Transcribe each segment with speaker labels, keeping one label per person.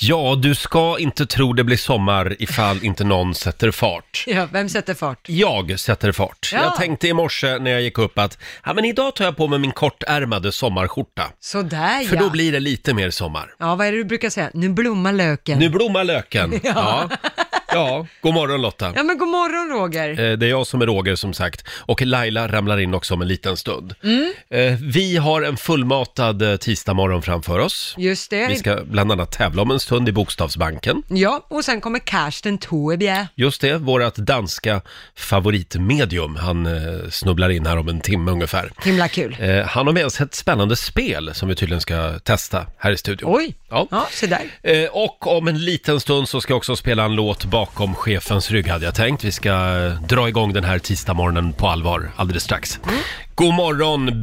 Speaker 1: Ja, du ska inte tro det blir sommar ifall inte någon sätter fart.
Speaker 2: Ja, vem sätter fart?
Speaker 1: Jag sätter fart.
Speaker 2: Ja.
Speaker 1: Jag tänkte i morse när jag gick upp att ja, men idag tar jag på mig min kortärmade sommarskjorta.
Speaker 2: Sådär ja.
Speaker 1: För då blir det lite mer sommar.
Speaker 2: Ja, vad är det du brukar säga? Nu blommar löken.
Speaker 1: Nu blommar löken.
Speaker 2: Ja.
Speaker 1: Ja. ja, god morgon Lotta.
Speaker 2: Ja, men god morgon Roger.
Speaker 1: Eh, Det är jag som är Roger som sagt och Laila ramlar in också om en liten stund.
Speaker 2: Mm.
Speaker 1: Eh, Vi har en fullmatad eh, tisdagmorgon framför oss.
Speaker 2: Just det.
Speaker 1: Vi ska bland annat tävla om en stund i Bokstavsbanken.
Speaker 2: Ja, och sen kommer Karsten Toebjer.
Speaker 1: Just det, vårt danska favoritmedium. Han eh, snubblar in här om en timme ungefär.
Speaker 2: Himla kul.
Speaker 1: Eh, Han har med sig ett spännande spel som vi tydligen ska testa här i studion.
Speaker 2: Oj,
Speaker 1: Ja.
Speaker 2: ja, se där.
Speaker 1: Eh, Och om en liten stund så ska jag också spela en låt bakom chefens rygg hade jag tänkt. Vi ska eh, dra igång den här tisdagsmorgonen på allvar alldeles strax.
Speaker 2: Mm.
Speaker 1: God morgon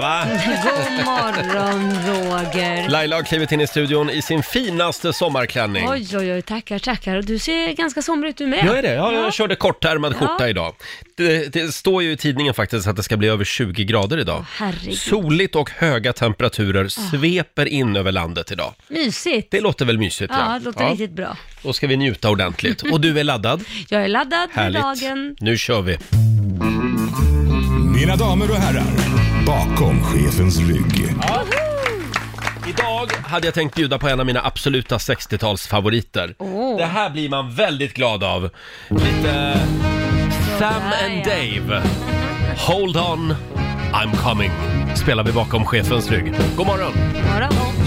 Speaker 1: va?
Speaker 3: God morgon Roger.
Speaker 1: Laila har klivit in i studion i sin finaste sommarklänning.
Speaker 3: Oj, oj, oj, tackar, tackar. Du ser ganska somrig ut du med.
Speaker 1: Jag är det. Ja, jag körde kortärmad skjorta
Speaker 3: Ja.
Speaker 1: idag. Det, det står ju i tidningen faktiskt att det ska bli över 20 grader idag.
Speaker 3: herregud.
Speaker 1: Soligt och höga temperaturer sveper in över landet idag.
Speaker 3: Mysigt.
Speaker 1: Det låter väl mysigt?
Speaker 3: Ja, det låter riktigt bra.
Speaker 1: Då ska vi njuta ordentligt. Och du är laddad?
Speaker 3: Jag är laddad för
Speaker 1: Härligt.
Speaker 3: dagen.
Speaker 1: Nu kör vi.
Speaker 4: Mina damer och herrar, bakom chefens rygg.
Speaker 1: Idag hade jag tänkt bjuda på en av mina absoluta 60-talsfavoriter.
Speaker 3: Åh.
Speaker 1: Det här blir man väldigt glad av. Lite Sam
Speaker 3: Sådär,
Speaker 1: and
Speaker 3: ja.
Speaker 1: Dave. Hold on, I'm coming. Spelar vi bakom chefens rygg. God morgon!
Speaker 3: God morgon.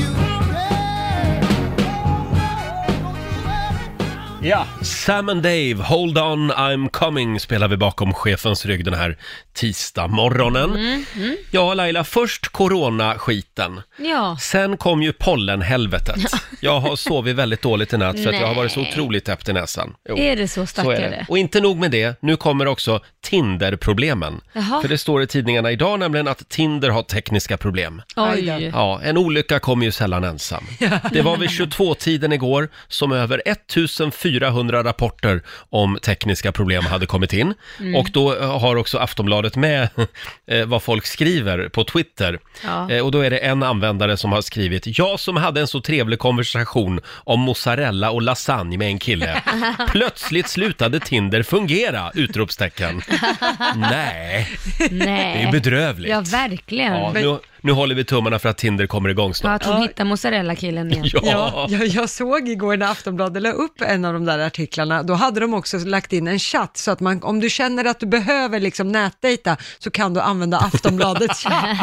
Speaker 1: Ja. Sam and Dave, Hold on, I'm coming spelar vi bakom chefens rygg den här tisdag morgonen.
Speaker 3: Mm,
Speaker 1: Ja, Laila, först coronaskiten.
Speaker 3: Ja,
Speaker 1: Sen kom ju pollenhelvetet. Jag har sovit väldigt dåligt i natt för att jag har varit så
Speaker 3: Nej.
Speaker 1: otroligt täppt i näsan. Jo,
Speaker 3: är det så
Speaker 1: så är
Speaker 3: stackare?
Speaker 1: det. Och inte nog med det, nu kommer också Tinder-problemen.
Speaker 3: Jaha.
Speaker 1: För det står i tidningarna idag nämligen att Tinder har tekniska problem.
Speaker 3: Oj.
Speaker 1: Ja, en olycka kommer ju sällan ensam. Det var vid 22-tiden igår som över 1400 rapporter om tekniska problem hade kommit in.
Speaker 3: Mm.
Speaker 1: Och då eh, har också Aftonbladet med eh, vad folk skriver på Twitter.
Speaker 3: Ja.
Speaker 1: Eh, Och då är det en användare som har skrivit, jag som hade en så trevlig konversation om mozzarella och lasagne med en kille. Plötsligt slutade Tinder fungera! Utropstecken. Nej, det är
Speaker 3: Nej.
Speaker 1: bedrövligt.
Speaker 3: Ja, verkligen.
Speaker 1: Ja, nu, nu håller vi tummarna för att Tinder kommer igång
Speaker 3: Ja,
Speaker 1: snart.
Speaker 3: att hon hittar mozzarella-killen igen.
Speaker 1: Ja,
Speaker 2: Ja, jag, jag såg igår när Aftonbladet la upp en av de där artiklarna, då hade de också lagt in en chatt så att man, om du känner att du behöver liksom nätdejta så kan du använda Aftonbladets chatt.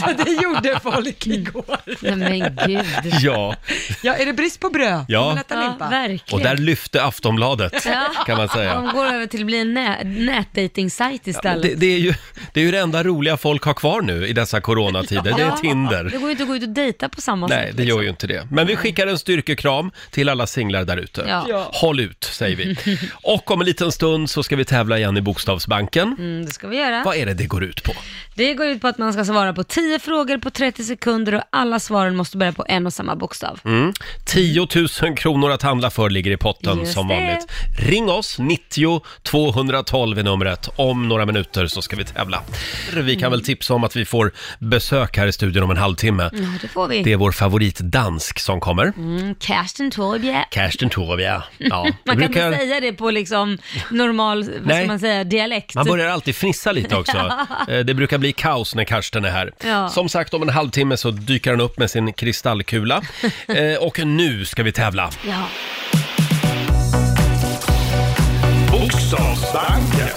Speaker 2: Så det gjorde folk igår.
Speaker 3: Mm. Nej, men gud.
Speaker 1: ja.
Speaker 2: Ja, är det brist på bröd?
Speaker 1: Ja.
Speaker 2: Kan man äta
Speaker 3: Ja,
Speaker 2: limpa?
Speaker 3: verkligen.
Speaker 1: Och där lyfte Aftonbladet,
Speaker 3: Ja.
Speaker 1: kan man säga.
Speaker 3: De går över till att bli en nä- nätdejtingsajt istället.
Speaker 1: Det, det, är ju, det är ju det enda roliga folk har kvar nu i dessa coronatider, det är
Speaker 3: Ja.
Speaker 1: Tinder.
Speaker 3: Det går ju inte att gå ut och dejta på samma
Speaker 1: Nej,
Speaker 3: sätt.
Speaker 1: det gör ju inte det. Men vi skickar en styrkekram till alla singlar där ute.
Speaker 3: Ja.
Speaker 2: Ja.
Speaker 1: Håll ut, säger vi. Och om en liten stund så ska vi tävla igen i Bokstavsbanken.
Speaker 3: Mm, det ska vi göra.
Speaker 1: Vad är det det går ut på?
Speaker 3: Det går ut på att man ska svara på 10 frågor på 30 sekunder och alla svaren måste börja på en och samma bokstav.
Speaker 1: 10 000 Mm. kronor att handla för ligger i potten
Speaker 3: Just
Speaker 1: som
Speaker 3: det.
Speaker 1: vanligt. Ring oss, 90 212 är numret. Om några minuter så ska vi tävla. Vi
Speaker 3: Mm.
Speaker 1: kan väl tipsa om att vi får besök här i studion om en halvtimme.
Speaker 3: Ja, det får vi.
Speaker 1: Det är vår favorit dansk som kommer.
Speaker 3: Mm, Karsten Torbjer.
Speaker 1: Kerstin Tovia. Ja, det
Speaker 3: Man kan
Speaker 1: brukar-
Speaker 3: inte säga det på liksom normal, vad
Speaker 1: Nej.
Speaker 3: ska man säga, dialekt.
Speaker 1: Man börjar alltid fnissa lite också. Eh, Det brukar bli kaos när Karsten är här.
Speaker 3: Ja.
Speaker 1: Som sagt, om en halvtimme så dyker han upp med sin kristallkula. Eh, Och nu ska vi tävla.
Speaker 3: Ja.
Speaker 4: Bokstavsbanken.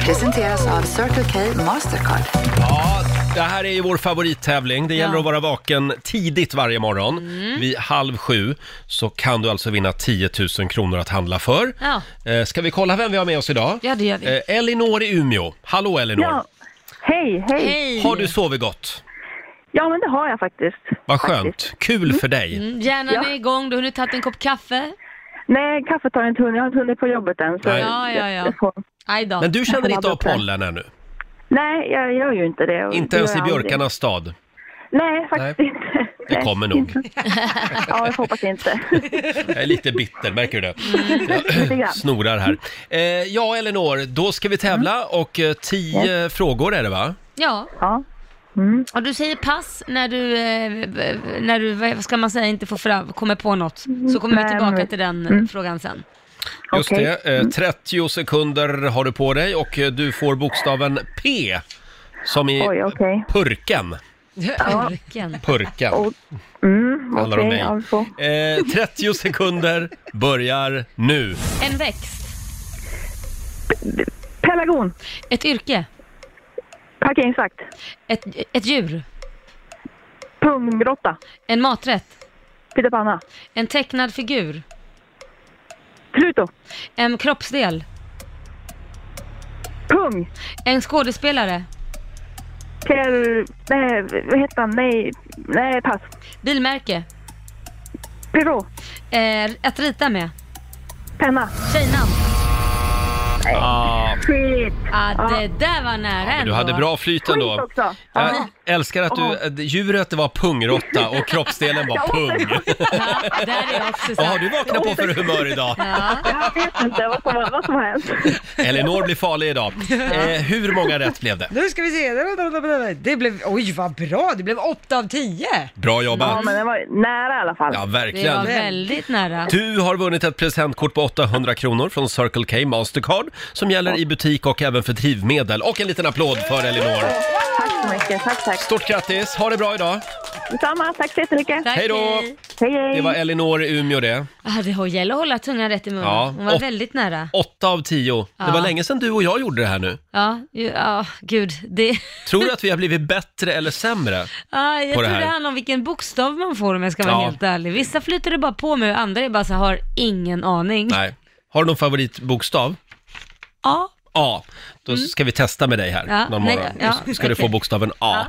Speaker 5: Presenteras av Circle K Mastercard.
Speaker 1: Ja, det här är ju vår favorittävling. Det gäller
Speaker 3: Ja. Mm.
Speaker 1: att vara vaken tidigt varje morgon. Vid halv sju så kan du alltså vinna 10 000 kronor att handla för.
Speaker 3: Ja.
Speaker 1: Eh, Ska vi kolla vem vi har med oss idag?
Speaker 3: Ja, det gör vi.
Speaker 1: Eh, Elinor i Umeå. Hallå Elinor!
Speaker 6: Ja. Hej, hej.
Speaker 3: Hej!
Speaker 1: Har du sovit gott?
Speaker 6: Ja, men det har jag faktiskt.
Speaker 1: Vad skönt!
Speaker 6: Faktiskt.
Speaker 1: Kul för dig!
Speaker 3: Hjärnan
Speaker 6: Ja.
Speaker 3: är igång, du har hunnit tagit en kopp kaffe.
Speaker 6: Nej, kaffet har jag inte hunnit. Jag har inte hunnit på jobbet än. Så
Speaker 1: Nej.
Speaker 3: Ja, ja, ja.
Speaker 6: jag får-
Speaker 3: Aj då.
Speaker 1: Men du känner
Speaker 6: Jag
Speaker 1: inte av
Speaker 6: hade det.
Speaker 1: pollen ännu?
Speaker 6: Nej, jag gör ju inte det. Och
Speaker 1: Inte
Speaker 6: det
Speaker 1: ens
Speaker 6: gör
Speaker 1: i
Speaker 6: jag aldrig.
Speaker 1: björkarnas stad?
Speaker 6: Nej, faktiskt
Speaker 1: Nej.
Speaker 6: inte.
Speaker 1: Det
Speaker 6: Nej,
Speaker 1: kommer nog.
Speaker 6: inte. Ja, jag hoppas inte.
Speaker 1: Jag är lite bitter, märker du det?
Speaker 6: Mm. Lite grann.
Speaker 1: Snorar här. Eh,
Speaker 6: Mm.
Speaker 1: ja, Elinor, då ska vi tävla och eh, tio frågor är det va?
Speaker 3: Ja,
Speaker 6: Ja. Mm.
Speaker 3: Och du säger pass när du, eh, b- när du vad ska man säga, inte får fram, kommer på något. Så kommer vi
Speaker 6: Nej,
Speaker 3: tillbaka
Speaker 6: men- Mm.
Speaker 3: till den eh, frågan sen.
Speaker 1: Just
Speaker 6: Okej. Mm.
Speaker 1: det. Eh, 30 sekunder har du på dig och eh, du får bokstaven P. Som i
Speaker 6: Oj, okej.
Speaker 1: purken.
Speaker 3: Örken.
Speaker 1: Purken.
Speaker 6: Mm,
Speaker 1: Handlar om
Speaker 6: okej,
Speaker 1: mig.
Speaker 6: ja, vi får.
Speaker 1: Eh, 30 sekunder börjar nu.
Speaker 3: En växt.
Speaker 6: Pelargon.
Speaker 3: Ett yrke.
Speaker 6: Parkeringsvakt.
Speaker 3: Ett, ett djur.
Speaker 6: Punggrotta.
Speaker 3: En maträtt.
Speaker 6: Pyttipanna.
Speaker 3: En tecknad figur.
Speaker 6: Pluto.
Speaker 3: En kroppsdel.
Speaker 6: Pung.
Speaker 3: En skådespelare.
Speaker 6: Kel... Nej, vad heter han? Nej, nej pass.
Speaker 3: Bilmärke.
Speaker 6: Pyrå.
Speaker 3: Eh, att rita med.
Speaker 6: Penna.
Speaker 3: Tjejnamn.
Speaker 1: Ah,
Speaker 6: Skit.
Speaker 3: Ah, Det där var nära
Speaker 1: du
Speaker 3: ändå.
Speaker 1: hade bra flyt
Speaker 6: Skit
Speaker 1: ändå.
Speaker 6: också.
Speaker 1: Jag älskar att du, eh, djuret det var pungrotta och kroppsdelen var pung.
Speaker 3: Ja, där är jag också
Speaker 1: Vad har
Speaker 3: så.
Speaker 1: du vaknat på för humör idag?
Speaker 6: Jag vet inte vad som, vad som har hänt.
Speaker 1: Elinor blir farlig idag. Eh, hur många rätt blev det?
Speaker 2: Nu ska vi se. Det blev, oj vad bra, det blev 8 av 10.
Speaker 1: Bra
Speaker 6: Ja,
Speaker 1: jobbat.
Speaker 6: men det var ju nära i alla fall.
Speaker 1: Ja,
Speaker 3: Det var
Speaker 1: verkligen.
Speaker 3: väldigt nära.
Speaker 1: Du har vunnit ett presentkort på 800 kronor från Circle K Mastercard som gäller i butik och även för drivmedel. Och en liten applåd för Elinor.
Speaker 6: Tack så mycket. Tack, tack.
Speaker 1: Stort grattis, ha det bra idag.
Speaker 6: Detsamma. Tack så jättemycket.
Speaker 3: Tack,
Speaker 1: Hej då.
Speaker 6: Hej, hej.
Speaker 1: Det var Elinor i Umeå det.
Speaker 3: Ah, det har- gäller att hålla tungan rätt i munnen.
Speaker 1: Ja,
Speaker 3: Hon var
Speaker 1: och-
Speaker 3: väldigt nära.
Speaker 1: 8 av 10. Det var
Speaker 3: Ja.
Speaker 1: länge sedan du och jag gjorde det här nu.
Speaker 3: Ja, ju, ja gud. Det,
Speaker 1: Tror du att vi har blivit bättre eller sämre?
Speaker 3: ah, jag
Speaker 1: På
Speaker 3: tror
Speaker 1: det
Speaker 3: det,
Speaker 1: här.
Speaker 3: handlar om vilken bokstav man får om jag ska vara
Speaker 1: Ja.
Speaker 3: helt ärlig. Vissa flyter det bara på med och andra är bara så här, har ingen aning.
Speaker 1: Nej. Har du någon favoritbokstav?
Speaker 3: Ja,
Speaker 1: A. Då ska vi testa med dig här
Speaker 3: Mm. Ja,
Speaker 1: någon
Speaker 3: nej,
Speaker 1: morgon.
Speaker 3: ja,
Speaker 1: ska du få
Speaker 3: okej.
Speaker 1: bokstaven A.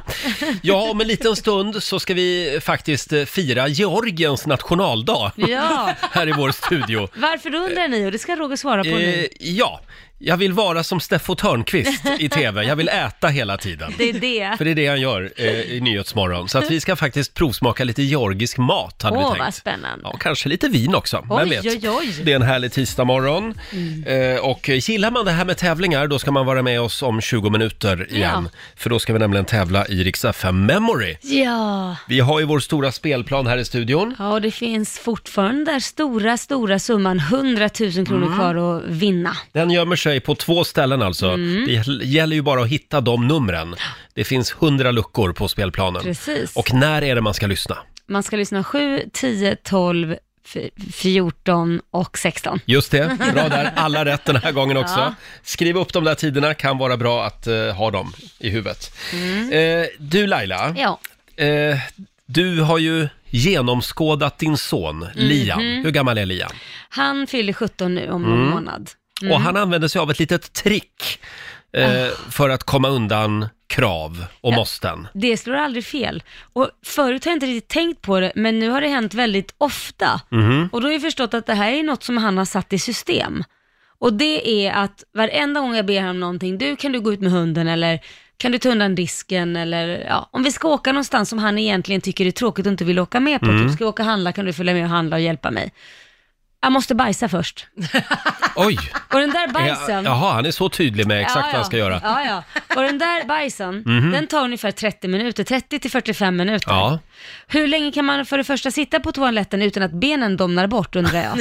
Speaker 1: Ja. om en liten stund så ska vi faktiskt eh, fira Georgiens nationaldag
Speaker 3: ja.
Speaker 1: här i vår studio.
Speaker 3: Varför då undrar ni och det ska Roger svara på
Speaker 1: Eh,
Speaker 3: nu.
Speaker 1: ja, jag vill vara som Steffo Törnqvist i TV. Jag vill äta hela tiden.
Speaker 3: Det är det.
Speaker 1: För det är det han gör eh, i Nyhetsmorgon. Så att vi ska faktiskt provsmaka lite georgisk mat, hade vi
Speaker 3: Åh,
Speaker 1: tänkt.
Speaker 3: vad spännande.
Speaker 1: Ja, kanske lite vin också,
Speaker 3: Oj,
Speaker 1: vem vet.
Speaker 3: oj, oj.
Speaker 1: Det är en härlig tisdagmorgon. Eh, och gillar man det här med tävlingar, då ska man vara med oss om 20 minuter igen. För då ska vi nämligen tävla i Rix FM Memory.
Speaker 3: Ja.
Speaker 1: Vi har ju vår stora spelplan här i studion.
Speaker 3: ja, och det finns fortfarande där stora, stora summan 100 000 kronor
Speaker 1: Mm.
Speaker 3: kvar att vinna.
Speaker 1: Den gömmer sig på två ställen alltså.
Speaker 3: Mm.
Speaker 1: Det gäller ju bara att hitta de numren. Det finns hundra luckor på spelplanen.
Speaker 3: Precis.
Speaker 1: Och när är det man ska lyssna?
Speaker 3: Man ska lyssna 7, 10, 12, f- 14 och 16.
Speaker 1: Just det, bra där. Alla rätt den här gången också. Skriv upp de där tiderna, kan vara bra att eh, ha dem i huvudet. Eh, du Laila,
Speaker 3: Mm. Ja.
Speaker 1: eh, du har ju genomskådat din
Speaker 3: Mhm.
Speaker 1: son Liam. Hur gammal är Liam?
Speaker 3: Han fyller 17 nu om någon månad.
Speaker 1: Mm.
Speaker 3: Mm.
Speaker 1: Och han använder sig av ett litet trick eh,
Speaker 3: Ah.
Speaker 1: för att komma undan krav och måsten.
Speaker 3: Det slår aldrig fel. Och förut har jag inte riktigt tänkt på det, men nu har det hänt väldigt ofta.
Speaker 1: Mm. Mhm.
Speaker 3: Och då har jag förstått att det här är något som han har satt i system. Och det är att varenda gång jag ber honom någonting, du kan du gå ut med hunden eller kan du ta undan disken eller ja, om vi ska åka någonstans som han egentligen tycker är tråkigt och inte vill åka med på,
Speaker 1: Mm.
Speaker 3: typ ska vi åka och handla, kan du följa med och handla och hjälpa mig? Jag måste bajsa först.
Speaker 1: Oj!
Speaker 3: Och den där
Speaker 1: Eh,
Speaker 3: bajsen,
Speaker 1: Jaha, han är så tydlig med exakt
Speaker 3: Ja,
Speaker 1: vad han
Speaker 3: ja.
Speaker 1: ska göra. Mhm.
Speaker 3: Ja, ja. Och den där bajsen, den tar ungefär 30 minuter, 30 till 45 minuter.
Speaker 1: Ja.
Speaker 3: Hur länge kan man för det första sitta på toaletten utan att benen domnar bort undrar jag.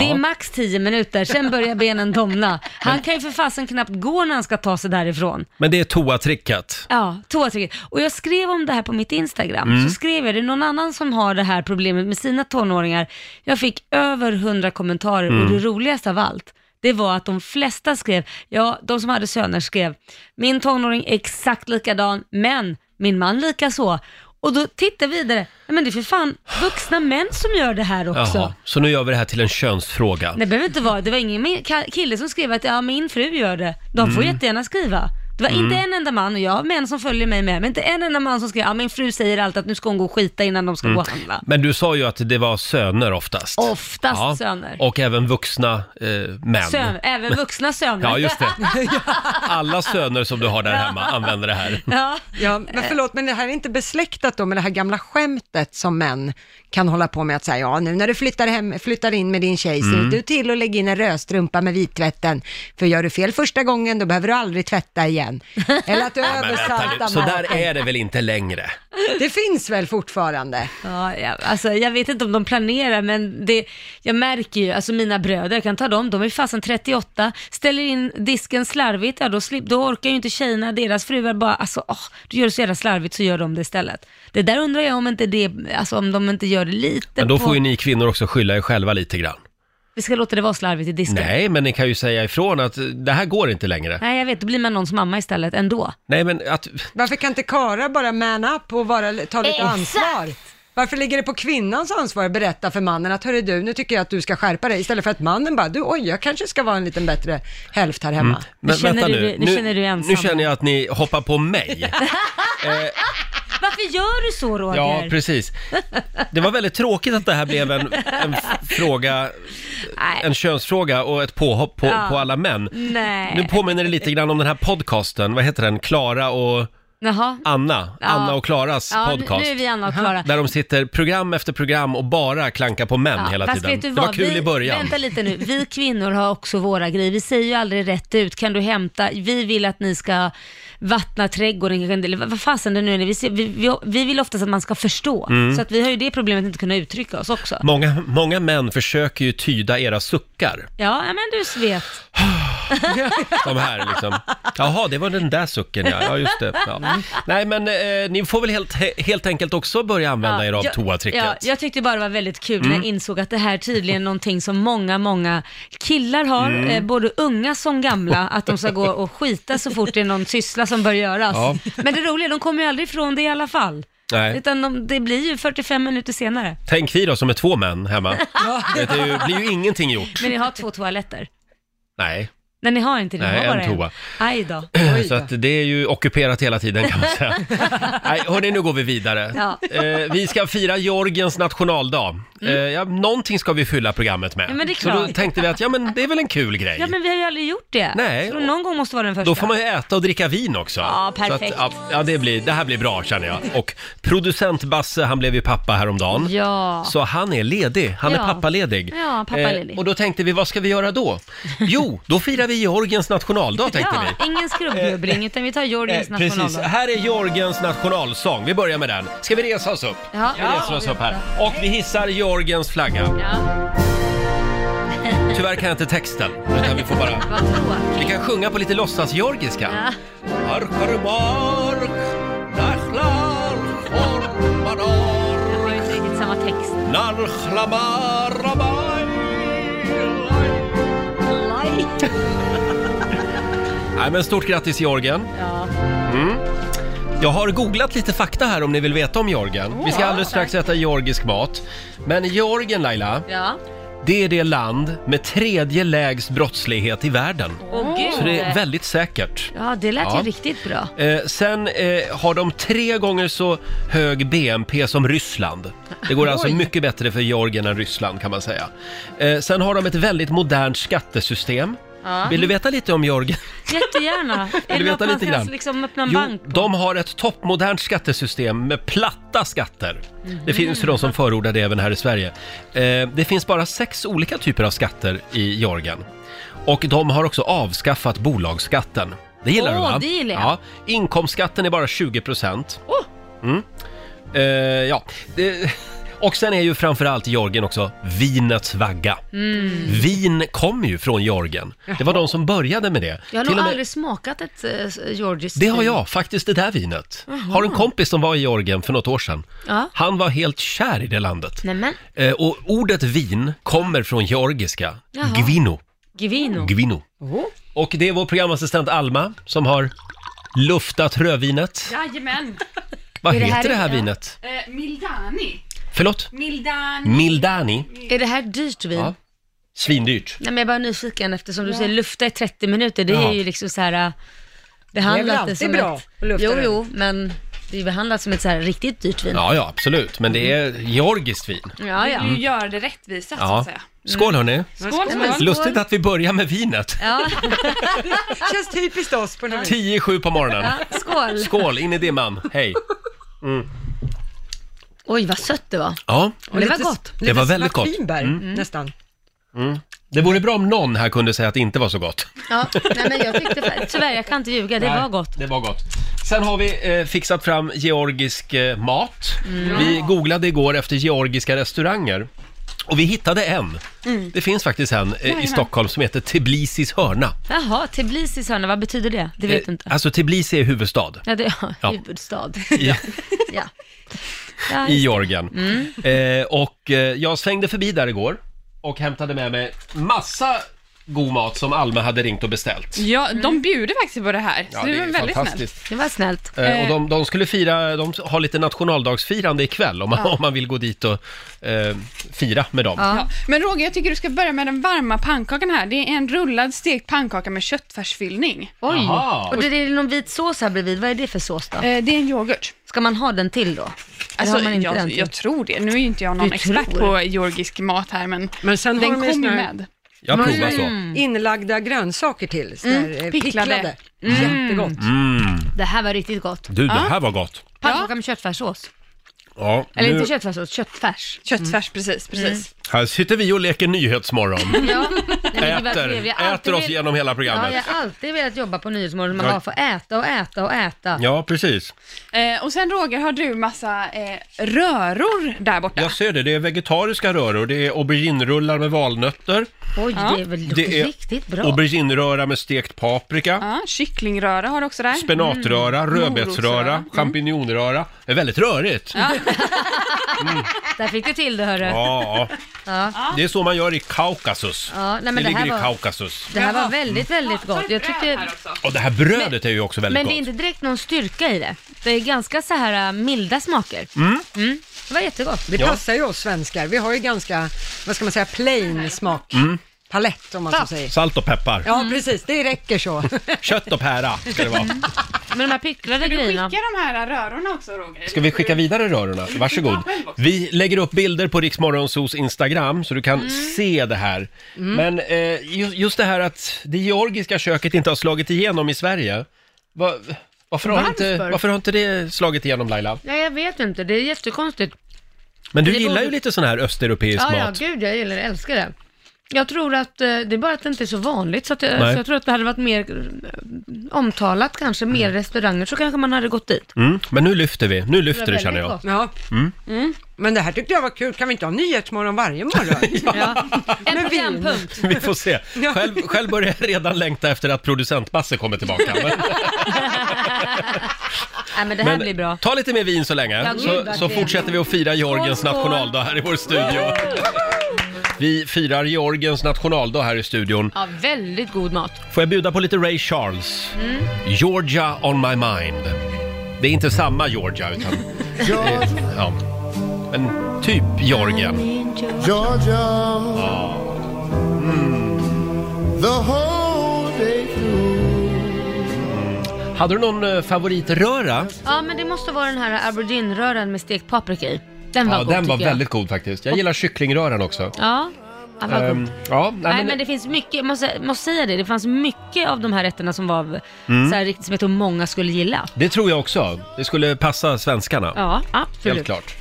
Speaker 3: Det är max 10 minuter, sen börjar benen domna. Han kan ju för fasen knappt gå när han ska ta sig därifrån.
Speaker 1: Men det är toatricket.
Speaker 3: Ja, toatricket. Och jag skrev om det här på mitt Instagram. Så skrev jag, det är någon annan som har det här problemet med sina tonåringar. Jag fick över 100 kommentarer och det roligaste av allt, det var att de flesta skrev, ja, de som hade söner skrev, min tonåring är exakt likadan, men min man lika så. Och då tittar vi vidare, nej men det är för fan vuxna män som gör det här också.
Speaker 1: Jaha, så nu gör vi det här till en könsfråga.
Speaker 3: Nej, Det behöver inte vara, det var ingen min- ka- kille som skrev att ja, min fru gör det. De
Speaker 1: Mm.
Speaker 3: får jättegärna skriva. Det var inte en enda man, och jag har män som följer mig med, men inte en enda man som skrev ja, min fru säger alltid att nu ska hon gå och skita innan de ska gå och handla.
Speaker 1: Mm. Men du sa ju att det var söner oftast.
Speaker 3: Oftast söner.
Speaker 1: Och även vuxna eh, män.
Speaker 3: Sön, även vuxna söner.
Speaker 1: Ja, just det. Alla söner som du har där hemma använder det här.
Speaker 3: Ja.
Speaker 2: Ja, men förlåt, men det här är inte besläktat då med det här gamla skämtet som män kan hålla på med att säga, ja nu när du flyttar, hem, flyttar in med din tjej, se
Speaker 1: Mm.
Speaker 2: du till att lägga in en rödstrumpa med vittvätten, för gör du fel första gången, då behöver du aldrig tvätta igen. maken. Eller att
Speaker 1: Men vänta nu,
Speaker 2: översalta
Speaker 1: så där
Speaker 2: maken.
Speaker 1: är det väl inte längre?
Speaker 2: Det finns väl fortfarande?
Speaker 3: Ja, ja, alltså, jag vet inte om de planerar, men det, jag märker ju, alltså mina bröder, jag kan ta dem, de är fasen 38, ställer in disken slarvigt, ja, då, slip, då orkar ju inte tjejerna, deras fruar bara, alltså, åh, du gör det så jävla slarvigt så gör de det istället. Det där undrar jag om, inte det, alltså, om de inte gör det lite
Speaker 1: Men då
Speaker 3: på,
Speaker 1: får ju ni kvinnor också skylla er själva lite grann.
Speaker 3: vi ska låta det vara slarvigt i disken.
Speaker 1: Nej, men ni kan ju säga ifrån att eh, det här går inte längre.
Speaker 3: Nej, jag vet, då blir man någons mamma istället ändå.
Speaker 1: Nej, men att...
Speaker 2: Varför kan inte Kara bara man up och vara, ta lite
Speaker 3: Exakt!
Speaker 2: ansvar? Varför ligger det på kvinnans ansvar att berätta för mannen att hörru du, nu tycker jag att du ska skärpa dig istället för att mannen bara, du oj, jag kanske ska vara en liten bättre hälft här hemma.
Speaker 1: Mm. Men
Speaker 3: känner
Speaker 1: vänta
Speaker 3: du
Speaker 1: nu.
Speaker 3: dig- nu känner du dig ensam.
Speaker 1: Nu känner jag att ni hoppar på mig. Eh,
Speaker 3: Varför gör du så Roger?
Speaker 1: Ja, precis. Det var väldigt tråkigt att det här blev en, en f- fråga,
Speaker 3: Nej.
Speaker 1: en könsfråga och ett påhopp på,
Speaker 3: Ja.
Speaker 1: på alla män.
Speaker 3: Nej.
Speaker 1: Nu påminner det lite grann om den här podcasten, vad heter den? Klara och
Speaker 3: Jaha.
Speaker 1: Anna.
Speaker 3: Ja.
Speaker 1: Anna och Klaras
Speaker 3: Ja, nu-
Speaker 1: podcast.
Speaker 3: nu är vi Anna och Klara.
Speaker 1: Där de sitter program efter program och bara klankar på män hela
Speaker 3: fast
Speaker 1: tiden.
Speaker 3: vet du
Speaker 1: Det
Speaker 3: vad?
Speaker 1: var kul
Speaker 3: vi,
Speaker 1: i början.
Speaker 3: Vänta lite nu, vi kvinnor har också våra grejer. Vi säger ju aldrig rätt ut, kan du hämta, vi vill att ni ska vattna trädgården, eller vad- vad fasen det nu är, vi, ser- vi, vi, vi vill oftast att man ska förstå.
Speaker 1: Mm.
Speaker 3: Så att vi har ju det problemet att inte kunna uttrycka oss också.
Speaker 1: Många, många män försöker ju tyda era suckar.
Speaker 3: Ja, ja, men du vet.
Speaker 1: De här liksom. Jaha, det var den där sucken ja. Ja, just det. Ja.
Speaker 3: Mm.
Speaker 1: Nej, men eh, ni får väl helt, helt enkelt också börja använda er av
Speaker 3: jag-
Speaker 1: toatricket. Mm.
Speaker 3: Ja, jag tyckte bara det var väldigt kul när jag insåg att det här tydligen är någonting som många, många killar har,
Speaker 1: Mm.
Speaker 3: eh, både unga som gamla, att de ska gå och skita så fort det är någon syssla som bör göras.
Speaker 1: Ja.
Speaker 3: Men det roliga, de kommer ju aldrig ifrån det i alla fall.
Speaker 1: Nej.
Speaker 3: Utan de, det blir ju 45 minuter senare.
Speaker 1: Tänk vi då som är två män hemma. Det är ju, blir ju ingenting gjort.
Speaker 3: Men ni har två toaletter.
Speaker 1: Nej,
Speaker 3: Nej, ni har inte det. ni
Speaker 1: Nej,
Speaker 3: har bara
Speaker 1: en toa.
Speaker 3: Aj då.
Speaker 1: så att det är ju ockuperat hela tiden kan man säga. Nej, hörni, nu går vi vidare.
Speaker 3: Ja. Mm.
Speaker 1: Eh, vi ska fira Georgiens nationaldag. Eh, ja, någonting ska vi fylla programmet med.
Speaker 3: Ja, men det är
Speaker 1: så då
Speaker 3: klart.
Speaker 1: tänkte vi att ja, men det är väl en kul grej.
Speaker 3: Ja, men vi har ju aldrig gjort det.
Speaker 1: Nej.
Speaker 3: Så någon gång måste vara den första.
Speaker 1: Då får man ju äta och dricka vin också.
Speaker 3: Ja,
Speaker 1: Så
Speaker 3: perfekt.
Speaker 1: ja, ja, det, blir, det här blir bra känner jag. Och producent Basse, han blev ju pappa häromdagen.
Speaker 3: Ja.
Speaker 1: Så han är ledig, han är
Speaker 3: Ja.
Speaker 1: pappaledig. Eh,
Speaker 3: Ja, pappaledig.
Speaker 1: och då tänkte vi, vad ska vi göra då? Jo, då firar vi Georgiens nationaldag tänkte
Speaker 3: ja,
Speaker 1: vi.
Speaker 3: ingen skrubbgubbring, utan vi tar Georgiens
Speaker 1: Eh, precis,
Speaker 3: nationaldag.
Speaker 1: här är Georgiens nationalsång. Vi börjar med den. Ska vi resa oss upp?
Speaker 3: Ja.
Speaker 1: Vi reser oss upp här. Och vi hissar Georgiens flagga.
Speaker 3: Ja,
Speaker 1: Tyvärr kan jag inte texten, utan vi får bara...
Speaker 3: vad tråkigt.
Speaker 1: Vi kan sjunga på lite låtsas-georgiska.
Speaker 3: Ja. Jag har ju inte riktigt samma text.
Speaker 1: Nej, men stort grattis Georgien. Mm. Jag har googlat lite fakta här om ni vill veta om Georgien. Vi ska alldeles strax äta georgisk mat. Men Georgien, Laila,
Speaker 3: Ja.
Speaker 1: det är det land med tredje lägst brottslighet i världen.
Speaker 3: Åh
Speaker 1: Så det är
Speaker 3: gud.
Speaker 1: väldigt säkert.
Speaker 3: Ja, det lät
Speaker 1: Ja.
Speaker 3: ju riktigt bra.
Speaker 1: Eh, sen eh, har de tre gånger så hög BNP som Ryssland. Det går alltså mycket bättre för Georgien än Ryssland kan man säga. Eh, sen har de ett väldigt modernt skattesystem. Vill du veta lite om Georgien?
Speaker 3: Jättegärna. Är
Speaker 1: Vill du
Speaker 3: det något
Speaker 1: veta
Speaker 3: man
Speaker 1: lite
Speaker 3: ska
Speaker 1: grann?
Speaker 3: liksom öppna en
Speaker 1: jo,
Speaker 3: bank på?
Speaker 1: de har ett toppmodernt skattesystem med platta skatter. Det finns ju de som förordar det även här i Sverige. Eh, det finns bara sex olika typer av skatter i Georgien. Och de har också avskaffat bolagsskatten. Det gillar du
Speaker 3: Åh,
Speaker 1: va?
Speaker 3: det gillar jag.
Speaker 1: ja, Inkomstskatten är bara 20 procent. Mm. Eh, ja. Det, och sen är ju framförallt Georgien också vinets vagga.
Speaker 3: Mm.
Speaker 1: Vin kommer ju från Georgien. Det var de som började med det.
Speaker 3: Jag har nog
Speaker 1: Till och med-
Speaker 3: aldrig smakat ett uh, Georgies
Speaker 1: det har
Speaker 3: vin.
Speaker 1: jag, faktiskt det där vinet. Har en kompis som var i Georgien för något år sedan.
Speaker 3: Ja.
Speaker 1: Han var helt kär i det landet.
Speaker 3: Nämen,
Speaker 1: Eh, och ordet vin kommer från georgiska,
Speaker 3: Jaha.
Speaker 1: gvino.
Speaker 3: Givino.
Speaker 1: gvino.
Speaker 2: Oh.
Speaker 1: Och det är vår programassistent Alma som har luftat rödvinet.
Speaker 7: Jajamän.
Speaker 1: Vad
Speaker 3: det
Speaker 1: heter
Speaker 3: här
Speaker 1: det här
Speaker 3: inte?
Speaker 1: vinet?
Speaker 7: Eh, Mildani.
Speaker 1: Förlåt?
Speaker 7: Mildani.
Speaker 1: Mildani.
Speaker 3: Är det här dyrt vin?
Speaker 1: Ja. Svindyrt.
Speaker 3: Nej, men jag är bara nyfiken eftersom du säger lufta i 30 minuter. Det
Speaker 1: Jaha.
Speaker 3: är ju liksom så här... eh,
Speaker 2: Det är väl
Speaker 3: Behandlat
Speaker 2: alltid
Speaker 3: som
Speaker 2: bra
Speaker 3: ett...
Speaker 2: att lufta
Speaker 3: Jo,
Speaker 2: den.
Speaker 3: jo, men det är ju behandlat som ett så här riktigt dyrt vin.
Speaker 1: Ja, ja, absolut. Men det är georgiskt vin.
Speaker 3: ja.
Speaker 7: Du
Speaker 3: ja.
Speaker 7: mm. gör det rättvisa så
Speaker 1: Ja.
Speaker 7: att säga. Mm.
Speaker 1: Skål hörni!
Speaker 7: Skål, skål.
Speaker 1: Lustigt att vi börjar med vinet.
Speaker 3: ja.
Speaker 2: Känns typiskt oss på något vis.
Speaker 1: 10 i 7 på morgonen.
Speaker 3: ja. Skål!
Speaker 1: Skål, in i dimman. Hej! Mm.
Speaker 3: Oj, vad sött det var.
Speaker 1: Ja,
Speaker 3: Men det var
Speaker 2: Lite-
Speaker 3: gott. Mm.
Speaker 1: Det var
Speaker 2: lite
Speaker 1: väldigt
Speaker 2: svart
Speaker 1: gott. Mm.
Speaker 2: vinbär, nästan.
Speaker 1: Det vore bra om någon här kunde säga att det inte var så gott.
Speaker 3: Ja, nej men jag tyckte fa- tyvärr, jag kan inte ljuga, det var gott.
Speaker 1: Det var gott. Sen har vi eh, fixat fram georgisk eh, mat.
Speaker 3: Mm.
Speaker 1: Vi googlade igår efter georgiska restauranger. Och vi hittade en.
Speaker 3: Mm.
Speaker 1: Det finns faktiskt en eh, i Stockholm som heter Tbilisis hörna.
Speaker 3: Jaha, Tbilisis hörna, vad betyder det? Det vet du
Speaker 1: Eh,
Speaker 3: inte.
Speaker 1: Alltså Tbilisi är huvudstad
Speaker 3: Ja, det är
Speaker 1: Typ. ja.
Speaker 3: huvudstad.
Speaker 1: i,
Speaker 3: Ja. Ja,
Speaker 1: i Georgien.
Speaker 3: Mm.
Speaker 1: Eh, och eh, jag svängde förbi där igår och hämtade med mig massa god mat som Alma hade ringt och beställt.
Speaker 7: Ja, de bjuder faktiskt på det här. Så det, är väldigt snällt.
Speaker 3: det var snällt.
Speaker 1: Eh, och de, de skulle fira, de har lite nationaldagsfirande ikväll om man, om man vill gå dit och eh, fira med dem.
Speaker 7: Ja. Men Roger, jag tycker du ska börja med den varma pannkakan här. Det är en rullad stekt pannkaka med köttfärsfyllning.
Speaker 3: Oj,
Speaker 1: Jaha.
Speaker 3: och det det är någon vit sås här bredvid. Vad är det för sås då?
Speaker 7: Eh, det är en yoghurt.
Speaker 3: Ska man ha den till då? Eller
Speaker 7: Alltså,
Speaker 3: har man inte den
Speaker 7: jag,
Speaker 3: till?
Speaker 7: jag tror det. Nu är ju inte jag någon
Speaker 3: Du
Speaker 7: expert
Speaker 3: tror?
Speaker 7: på georgisk mat här, men,
Speaker 2: Men sen har
Speaker 7: den
Speaker 2: de ju
Speaker 7: kom ju
Speaker 2: såna här-
Speaker 7: med.
Speaker 1: Jag
Speaker 2: Man
Speaker 1: provar så.
Speaker 3: Mm.
Speaker 2: har Inlagda grönsaker till, sådär, eh,
Speaker 7: picklade.
Speaker 2: picklade. Jättegott.
Speaker 3: Mm.
Speaker 1: Mm.
Speaker 3: Det här var riktigt gott.
Speaker 1: Du, det här var gott.
Speaker 3: Pannkaka med köttfärssås.
Speaker 1: Ja,
Speaker 3: Eller
Speaker 1: nu,
Speaker 3: inte köttfärssås, köttfärs. Mm.
Speaker 7: Köttfärs, precis. precis.
Speaker 1: här sitter vi och leker Nyhetsmorgon.
Speaker 3: Ja, Nej, men det var trevligt. Jag
Speaker 1: Äter,
Speaker 3: har alltid
Speaker 1: äter oss
Speaker 3: velat-
Speaker 1: genom hela
Speaker 3: Ja,
Speaker 1: programmet.
Speaker 3: jag har alltid velat jobba på Nyhetsmorgon, man
Speaker 1: Ja.
Speaker 3: bara får äta och äta och äta.
Speaker 1: Ja, precis.
Speaker 7: Eh, och sen Roger, har du massa eh, röror där borta?
Speaker 1: Jag ser det, det är vegetariska röror, det är auberginerullar med valnötter,
Speaker 3: Oj, det är väl
Speaker 1: Det är-
Speaker 3: riktigt bra.
Speaker 1: aubergineröra med stekt paprika,
Speaker 7: Ja, kycklingröra har du också där. Mm.
Speaker 1: spenatröra,
Speaker 3: Mm.
Speaker 1: rödbetsröra,
Speaker 7: Morotsröra.
Speaker 1: champinjonröra. Det är väldigt rörigt. Ja.
Speaker 3: Där fick du till det hörru. Ja.
Speaker 1: Ja. Det är så man gör i Kaukasus.
Speaker 3: Ja, nej, men
Speaker 1: det,
Speaker 3: det här
Speaker 1: ligger i
Speaker 3: var-
Speaker 1: Kaukasus.
Speaker 3: Det här var väldigt, väldigt gott. Jag tyckte,
Speaker 1: Och det här brödet är ju också väldigt
Speaker 3: men det
Speaker 1: gott.
Speaker 3: är inte direkt någon styrka i det. Det är ganska så här äh, milda smaker. Mm. Det var jättegott.
Speaker 2: Det
Speaker 1: Ja.
Speaker 2: passar ju oss svenskar. Vi har ju ganska, vad ska man säga, plain smak. Palett om man så säger.
Speaker 1: Mm. Salt och peppar.
Speaker 2: Ja,
Speaker 3: Mm.
Speaker 2: precis. Det räcker så.
Speaker 1: Kött och pära ska det vara.
Speaker 3: Men de här picklade
Speaker 7: Du skickar
Speaker 3: grejerna.
Speaker 7: de här rörorna också Roger?
Speaker 1: Ska vi skicka vidare rörorna? Varsågod. Vi lägger upp bilder på Riksmorgonsos Instagram så du kan
Speaker 3: Mm.
Speaker 1: se det här. Men eh, ju- just det här att det georgiska köket inte har slagit igenom i Sverige. Va, varför, har inte, varför har inte det slagit igenom Laila?
Speaker 3: Nej, jag vet inte. Det är jättekonstigt.
Speaker 1: Men du
Speaker 3: Det
Speaker 1: gillar
Speaker 3: borde-
Speaker 1: ju lite sån här östeuropeisk
Speaker 3: Ja, ja,
Speaker 1: mat.
Speaker 3: gud, jag gillar det. Jag älskar det. Jag tror att eh, det är bara att det inte är så vanligt, så, att, eh,
Speaker 1: Nej.
Speaker 3: så jag tror att det hade varit mer eh, omtalat kanske, mer restauranger, så kanske man hade gått dit.
Speaker 1: Mm. Men nu lyfter vi, nu lyfter det,
Speaker 3: väldigt
Speaker 1: känner jag.
Speaker 3: gott.
Speaker 2: Ja. Mm. Men det här tyckte jag var kul. Kan vi inte ha nyhetsmorgon varje morgon?
Speaker 3: Ja. En
Speaker 2: Men vi-
Speaker 3: programpunkt.
Speaker 1: Vi får se.
Speaker 2: Ja.
Speaker 1: Själv, själv börjar jag redan längta efter att producent Basse kommer tillbaka. Men...
Speaker 3: Nej, men det här blir bra.
Speaker 1: ta lite mer vin så länge,
Speaker 3: Ja, gud,
Speaker 1: så,
Speaker 3: vad
Speaker 1: så
Speaker 3: trevligt.
Speaker 1: fortsätter vi att fira Georgiens
Speaker 3: Skål, skål.
Speaker 1: nationaldag här i vår studio. Vi firar Georgiens nationaldag här i studion.
Speaker 3: Ja, väldigt god mat.
Speaker 1: Får jag bjuda på lite Ray Charles?
Speaker 3: Mm.
Speaker 1: Georgia on my mind. Det är inte samma Georgia, utan... det, ja. Men typ Georgien.
Speaker 8: Georgia. The whole day through.
Speaker 1: Hade du någon eh, favoritröra?
Speaker 3: Ja, men det måste vara den här aubergine-röran med stekt paprika i. Den var
Speaker 1: Ja,
Speaker 3: god
Speaker 1: den var
Speaker 3: tycker jag.
Speaker 1: väldigt god faktiskt. Jag gillar kycklingröran också.
Speaker 3: Ja, den var god.
Speaker 1: Ehm, ja, nej,
Speaker 3: Nej men det finns mycket, jag måste, måste säga det, det fanns mycket av de här rätterna som var
Speaker 1: Mm.
Speaker 3: så här, riktigt som jag tror många skulle gilla.
Speaker 1: Det tror jag också. Det skulle passa svenskarna.
Speaker 3: Ja, absolut.
Speaker 1: Helt klart.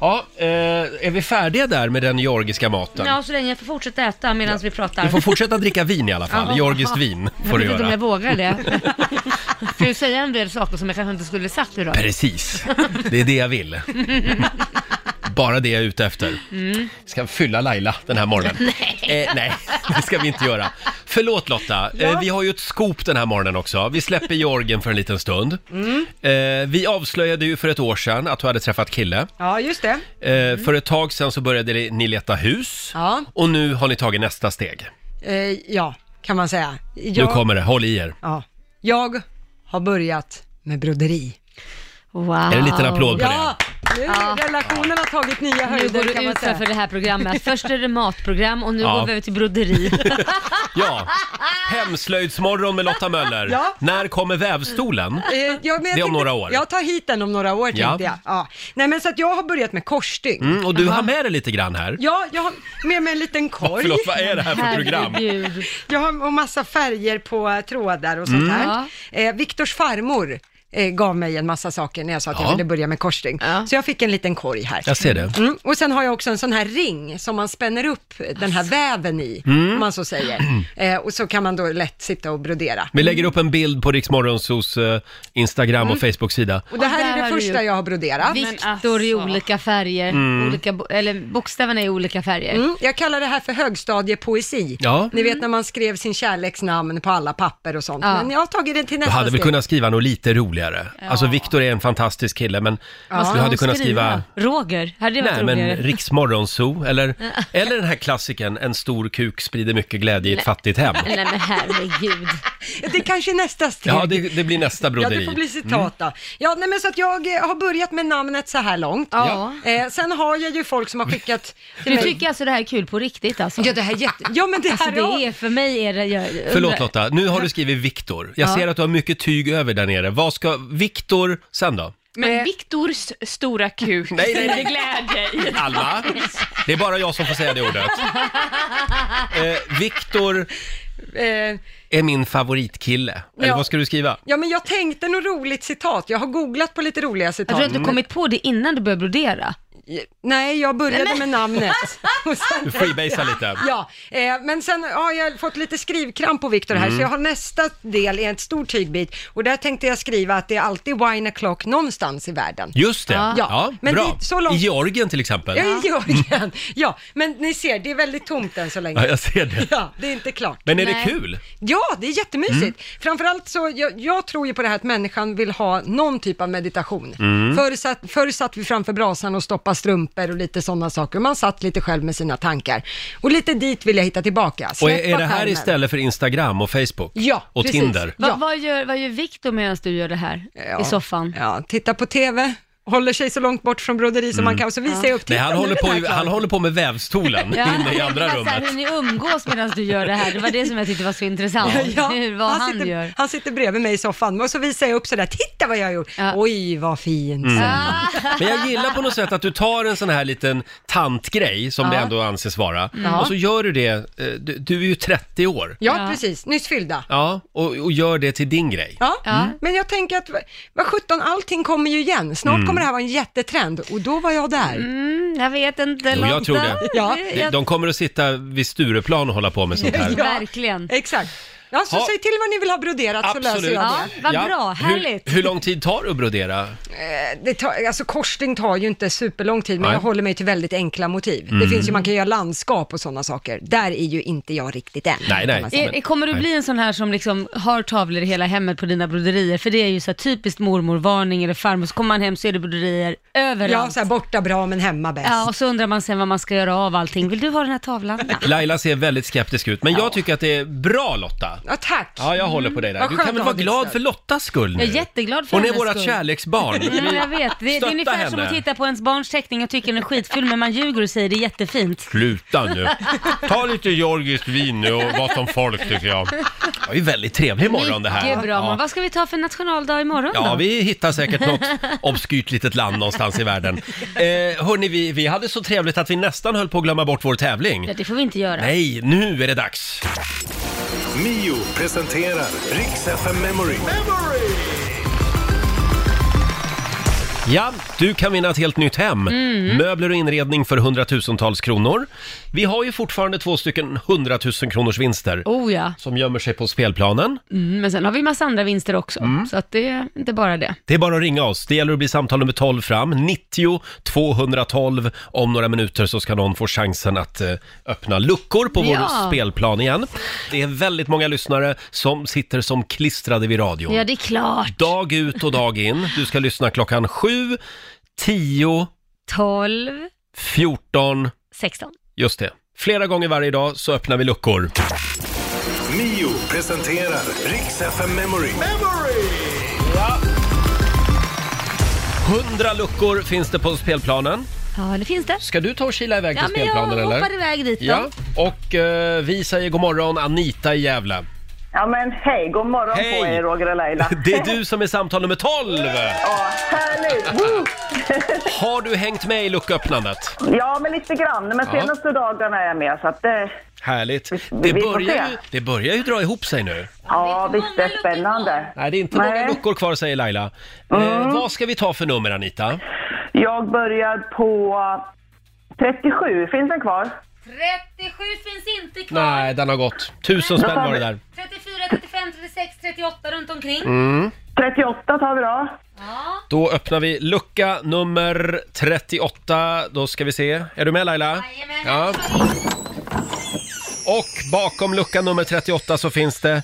Speaker 1: Ja, eh, är vi färdiga där med den georgiska maten?
Speaker 3: Ja, så länge jag får fortsätta äta medan vi pratar.
Speaker 1: Du får fortsätta dricka vin i alla fall.
Speaker 3: Ja.
Speaker 1: Georgiskt vin får du
Speaker 3: Jag vet inte om
Speaker 1: göra.
Speaker 3: jag vågar det. Ska du säga en del saker som jag kanske inte skulle sagt idag?
Speaker 1: Precis, det är det jag vill. Bara det jag är ute efter.
Speaker 3: Mm.
Speaker 1: Ska fylla Laila den här morgonen. Nej. Eh, nej, det ska vi inte göra. Förlåt Lotta, eh, vi har ju ett scoop den här morgonen också. Vi släpper Georgien för en liten stund.
Speaker 2: Mm.
Speaker 1: Eh, vi avslöjade ju för ett år sedan att du hade träffat kille.
Speaker 2: Ja, just det.
Speaker 1: Eh, För ett tag sedan så började ni leta hus
Speaker 2: Mm. Ja.
Speaker 1: och nu har ni tagit nästa steg.
Speaker 2: Eh, ja, kan man säga. Jag,
Speaker 1: Nu kommer det, håll i er.
Speaker 2: ja. jag har börjat med broderi.
Speaker 3: Wow.
Speaker 1: Är det en liten applåd på
Speaker 2: Ja, nu, relationen har tagit nya
Speaker 3: Nu går
Speaker 2: höjder kan
Speaker 3: du
Speaker 2: man
Speaker 3: ut för
Speaker 2: säga.
Speaker 3: det här programmet. Först är det matprogram och nu
Speaker 1: Ja.
Speaker 3: går vi över till broderi.
Speaker 1: det? Ja. Hemslöjdsmorgon med Lotta Möller.
Speaker 2: Ja.
Speaker 1: När kommer vävstolen?
Speaker 2: Eh, ja, men jag
Speaker 1: Det är om
Speaker 2: tänkte-
Speaker 1: några år.
Speaker 2: Jag tar hit den om några år
Speaker 1: Ja.
Speaker 2: tänkte jag. Ja. Nej men så att jag har börjat med korsstygn.
Speaker 1: Mm, och du har med dig lite grann här.
Speaker 2: Ja, jag har med mig en liten korg.
Speaker 1: Förlåt, vad är det här för program? Mm.
Speaker 3: Herregud.
Speaker 2: Jag har och massa färger på trådar och sånt här. Eh, Viktors farmor eh, eh, gav mig en massa saker när jag sa att
Speaker 1: Ja.
Speaker 2: jag ville börja med korsstygn.
Speaker 9: Ja.
Speaker 2: Så jag fick en liten korg här.
Speaker 1: Jag ser det.
Speaker 2: Mm. Och sen har jag också en sån här ring som man spänner upp den här väven i,
Speaker 1: Mm.
Speaker 2: om man så säger. Eh, och så kan man då lätt sitta och brodera.
Speaker 1: Vi lägger upp en bild på Riksmorgonsos eh, Instagram
Speaker 2: Mm.
Speaker 1: och Facebook-sida.
Speaker 2: Och det
Speaker 9: Och
Speaker 2: här
Speaker 9: där
Speaker 2: är det
Speaker 9: har du
Speaker 2: första
Speaker 9: ju-
Speaker 2: jag har broderat.
Speaker 9: Viktor i
Speaker 7: alltså.
Speaker 9: olika färger,
Speaker 1: Mm.
Speaker 9: olika, bo- eller bokstäverna i olika färger.
Speaker 2: Mm, jag kallar det här för högstadiepoesi.
Speaker 1: Ja.
Speaker 2: Ni vet när man skrev sin kärleksnamn på alla papper och sånt.
Speaker 9: Ja.
Speaker 2: Men jag har tagit det till
Speaker 1: Du
Speaker 2: nästa
Speaker 1: hade väl
Speaker 2: steg.
Speaker 1: kunnat skriva något lite roligare. Alltså Viktor är en fantastisk kille men
Speaker 9: Vad
Speaker 1: du
Speaker 9: skulle
Speaker 1: hade
Speaker 9: hon
Speaker 1: kunnat skriva...
Speaker 3: Roger, hade det varit
Speaker 1: Nej men
Speaker 3: roligare?
Speaker 1: Riksmorgonso eller, eller den här klassiken En stor kuk sprider mycket glädje i ett fattigt hem.
Speaker 9: Nej men herregud.
Speaker 2: Det kanske är nästa steg.
Speaker 1: Ja, det, det blir nästa
Speaker 2: Ja, det
Speaker 1: broderi. Mm.
Speaker 2: får bli citat då. Ja, nej, men så att jag eh, har börjat med namnet så här långt.
Speaker 9: Ja.
Speaker 2: Eh, sen har jag ju folk som har skickat till
Speaker 9: Du
Speaker 2: mig.
Speaker 9: tycker alltså det här är kul på riktigt alltså?
Speaker 2: Ja, det här är jätte... Ja, men det här
Speaker 9: Alltså det är, för mig är det... Jag,
Speaker 1: Förlåt Lotta, nu har du skrivit Viktor. Jag ser att du har mycket tyg över där nere. Vad ska Viktor sen då?
Speaker 7: Men Viktors stora kuk
Speaker 1: Nej, nej, nej.
Speaker 7: sprider glädje i.
Speaker 1: Alla? Det är bara jag som får säga det ordet. Eh, Viktor
Speaker 2: Eh,
Speaker 1: är min favoritkille. Eller
Speaker 2: Ja.
Speaker 1: vad ska du skriva?
Speaker 2: ja, men jag tänkte något roligt citat. Jag har googlat på lite roliga
Speaker 3: Jag
Speaker 2: citat. Mm.
Speaker 3: tror att du kommit på det innan du började brodera.
Speaker 2: Nej, jag började med namnet. Och sen...
Speaker 1: Du freebasar lite.
Speaker 2: Ja, eh, men sen har jag fått lite skrivkramp på Viktor
Speaker 1: Mm.
Speaker 2: här, så jag har nästa del i en stor tygbit och där tänkte jag skriva att det är alltid wine o'clock någonstans i världen.
Speaker 1: Just det. Ja,
Speaker 9: Ja.
Speaker 2: Men
Speaker 1: bra.
Speaker 2: dit- så långt-
Speaker 1: I Georgien till exempel.
Speaker 2: Ja, i Georgien. Ja, men ni ser, det är väldigt tomt än så länge.
Speaker 1: Ja, jag ser det.
Speaker 2: Ja, det är inte klart.
Speaker 1: Men är det
Speaker 9: Nej.
Speaker 1: kul?
Speaker 2: Ja, det är jättemysigt.
Speaker 1: Mm.
Speaker 2: Framförallt så, jag, jag tror ju på det här att människan vill ha någon typ av meditation.
Speaker 1: Mm.
Speaker 2: Förr, satt, förr satt vi framför brasan och stoppade strumpor och lite sådana saker. Man satt lite själv med sina tankar. Och lite dit vill jag hitta tillbaka.
Speaker 1: Och
Speaker 2: Släppa
Speaker 1: är, är det här
Speaker 2: skärmen.
Speaker 1: istället för Instagram och Facebook?
Speaker 2: Ja,
Speaker 1: Och
Speaker 2: precis.
Speaker 1: Tinder?
Speaker 9: Va,
Speaker 2: Ja.
Speaker 9: Vad gör, vad gör Viktor medan du gör det här
Speaker 2: Ja.
Speaker 9: i soffan?
Speaker 2: Ja, titta på TV. Håller sig så långt bort från broderi som man kan, så visar jag upp. titta,
Speaker 1: Mm. Nej, han
Speaker 2: nu
Speaker 1: håller,
Speaker 2: är
Speaker 1: på,
Speaker 2: den här Alltså,
Speaker 1: i-
Speaker 2: klar.
Speaker 1: han håller på med vävstolen inne i andra
Speaker 9: Så här,
Speaker 1: rummet.
Speaker 9: hur ni umgås medan du gör det här, det var det som jag tyckte var så intressant.
Speaker 2: Ja,
Speaker 9: hur, vad han,
Speaker 2: sitter,
Speaker 9: gör.
Speaker 2: han sitter bredvid mig i soffan och så visar jag upp sådär, titta vad jag har gjort.
Speaker 9: Ja.
Speaker 2: Oj, vad fint.
Speaker 1: Mm. Men jag gillar på något sätt att du tar en sån här liten tantgrej, som det ändå anses vara, och så gör du det, eh, du, du är ju 30 år,
Speaker 2: Ja,
Speaker 9: Ja.
Speaker 2: precis. Nyss fyllda.
Speaker 1: ja, Mm. och, och gör det till din grej.
Speaker 2: Ja, men jag tänker att vad sjutton, allting kommer ju igen. Snart
Speaker 1: Mm.
Speaker 2: kommer det här vara en jättetrend och då var jag där.
Speaker 9: Mm, jag vet inte,
Speaker 1: Jo, jag
Speaker 9: Lotta.
Speaker 1: tror det.
Speaker 2: Ja.
Speaker 9: Det-
Speaker 1: De-
Speaker 9: jag-
Speaker 1: De kommer att sitta vid Stureplan och hålla på med sånt här.
Speaker 2: Ja.
Speaker 9: Verkligen.
Speaker 2: Exakt. Ja, så
Speaker 1: Ja.
Speaker 2: säg till vad ni vill ha broderat så löser
Speaker 1: Absolut.
Speaker 2: jag
Speaker 9: Ja,
Speaker 2: det.
Speaker 9: vad bra, härligt.
Speaker 1: Hur, hur lång tid tar det att brodera?
Speaker 2: Eh, det tar, alltså korsning tar ju inte superlång tid, men
Speaker 1: Nej. Mm.
Speaker 2: jag håller mig till väldigt enkla motiv. Det finns ju, man kan göra landskap och sådana saker. Där är ju inte jag riktigt än.
Speaker 1: Nej, nej.
Speaker 2: kan man säga.
Speaker 9: Är,
Speaker 3: Eh,
Speaker 9: är- kommer du bli en sån här som liksom har tavlor i hela hemmet på dina broderier? För det är ju så här typiskt mormorvarning eller farmor, så kommer man hem så är det broderier
Speaker 2: Ja,
Speaker 9: överallt.
Speaker 2: så här borta bra men hemma bäst.
Speaker 9: Ja, och så undrar man sen vad man ska göra av allting. Vill du ha den här tavlan?
Speaker 1: Laila ser väldigt skeptisk ut, men jag tycker att det är bra Lotta.
Speaker 2: Ja, tack. Mm,
Speaker 1: Ja, jag håller på dig där.
Speaker 2: Vad
Speaker 1: Du kan
Speaker 2: skönt
Speaker 1: väl
Speaker 2: att
Speaker 1: vara
Speaker 2: ha ditt
Speaker 1: glad
Speaker 2: stöd.
Speaker 1: för Lottas skull nu?
Speaker 9: Jag är jätteglad för
Speaker 1: Hon är
Speaker 9: hennes
Speaker 1: vårt
Speaker 9: skull.
Speaker 1: kärleksbarn.
Speaker 9: Mm, jag vet. Det, det
Speaker 1: Stötta
Speaker 9: är ungefär som
Speaker 1: henne.
Speaker 9: att titta på ens barns teckning och tycker den är skitful, men man ljuger och säger det är jättefint.
Speaker 1: Sluta nu. Ta lite georgiskt vin nu och var som folk tycker jag. Det var ju väldigt trevlig morgon det här.
Speaker 9: Mycket bra. Men
Speaker 1: Ja.
Speaker 9: vad ska vi ta för nationaldag imorgon då?
Speaker 1: Ja, vi hittar säkert något obskyrt litet land någonstans i världen. Eh, hörni, vi, vi hade så trevligt att vi nästan höll på att glömma bort vår tävling.
Speaker 9: Ja, det får vi inte göra.
Speaker 1: Nej, nu är det dags!
Speaker 4: Mio presenterar Riks FM Memory.
Speaker 1: Ja, du kan vinna ett helt nytt hem.
Speaker 9: Mm.
Speaker 1: Möbler och inredning för hundratusentals kronor. Vi har ju fortfarande två stycken hundratusen kronors vinster
Speaker 9: Oh ja,
Speaker 1: som gömmer sig på spelplanen.
Speaker 9: mm, men sen har vi massa andra vinster också,
Speaker 1: Mm.
Speaker 9: så att det är inte bara det.
Speaker 1: Det är bara att ringa oss. Det gäller att bli samtal nummer 12 fram. 90 212. Om några minuter så ska någon få chansen att eh, öppna luckor på vår
Speaker 9: Ja.
Speaker 1: spelplan igen. Det är väldigt många lyssnare som sitter som klistrade vid radion.
Speaker 9: Ja, det är klart.
Speaker 1: Dag ut och dag in. Du ska lyssna klockan 7, 10,
Speaker 9: 12,
Speaker 1: 14,
Speaker 9: 16.
Speaker 1: just det. Flera gånger varje dag så öppnar vi luckor.
Speaker 4: Mio presenterar Riks FM Memory.
Speaker 1: 100 luckor finns det på spelplanen.
Speaker 9: Ja, det finns det.
Speaker 1: Ska du ta och kila iväg
Speaker 9: Ja,
Speaker 1: till
Speaker 9: men jag
Speaker 1: spelplanen eller?
Speaker 9: hoppar iväg dit då.
Speaker 1: Ja, och eh, vi säger god morgon Anita i Gävle.
Speaker 10: Ja men hej, god morgon
Speaker 1: Hej!
Speaker 10: på er Roger och Laila.
Speaker 1: Det är du som är samtal nummer 12!
Speaker 10: Ja, härligt! Woo!
Speaker 1: Har du hängt med i lucköppnandet?
Speaker 10: Ja men lite grann, men
Speaker 1: Ja.
Speaker 10: senaste dagarna är jag med så att eh,
Speaker 1: Härligt. Det
Speaker 10: vi får
Speaker 1: börjar,
Speaker 10: se.
Speaker 1: ju, det börjar ju dra ihop sig nu.
Speaker 10: ja visst det är spännande.
Speaker 1: Nej, det är inte många
Speaker 10: Nej. Mm.
Speaker 1: luckor kvar säger Laila. Eh, vad ska vi ta för nummer Anita?
Speaker 10: Jag börjar på 37, finns den kvar?
Speaker 9: 37 finns inte kvar.
Speaker 1: Nej, den har gått. Tusen spänn var det där. Mm.
Speaker 9: 34, 35, 36, 38 runt omkring.
Speaker 10: 38 tar vi då.
Speaker 9: Ja.
Speaker 1: Då öppnar vi lucka nummer 38. Då ska vi se. Är du med Laila?
Speaker 9: Jajamän.
Speaker 1: Ja. Och bakom lucka nummer 38 så finns det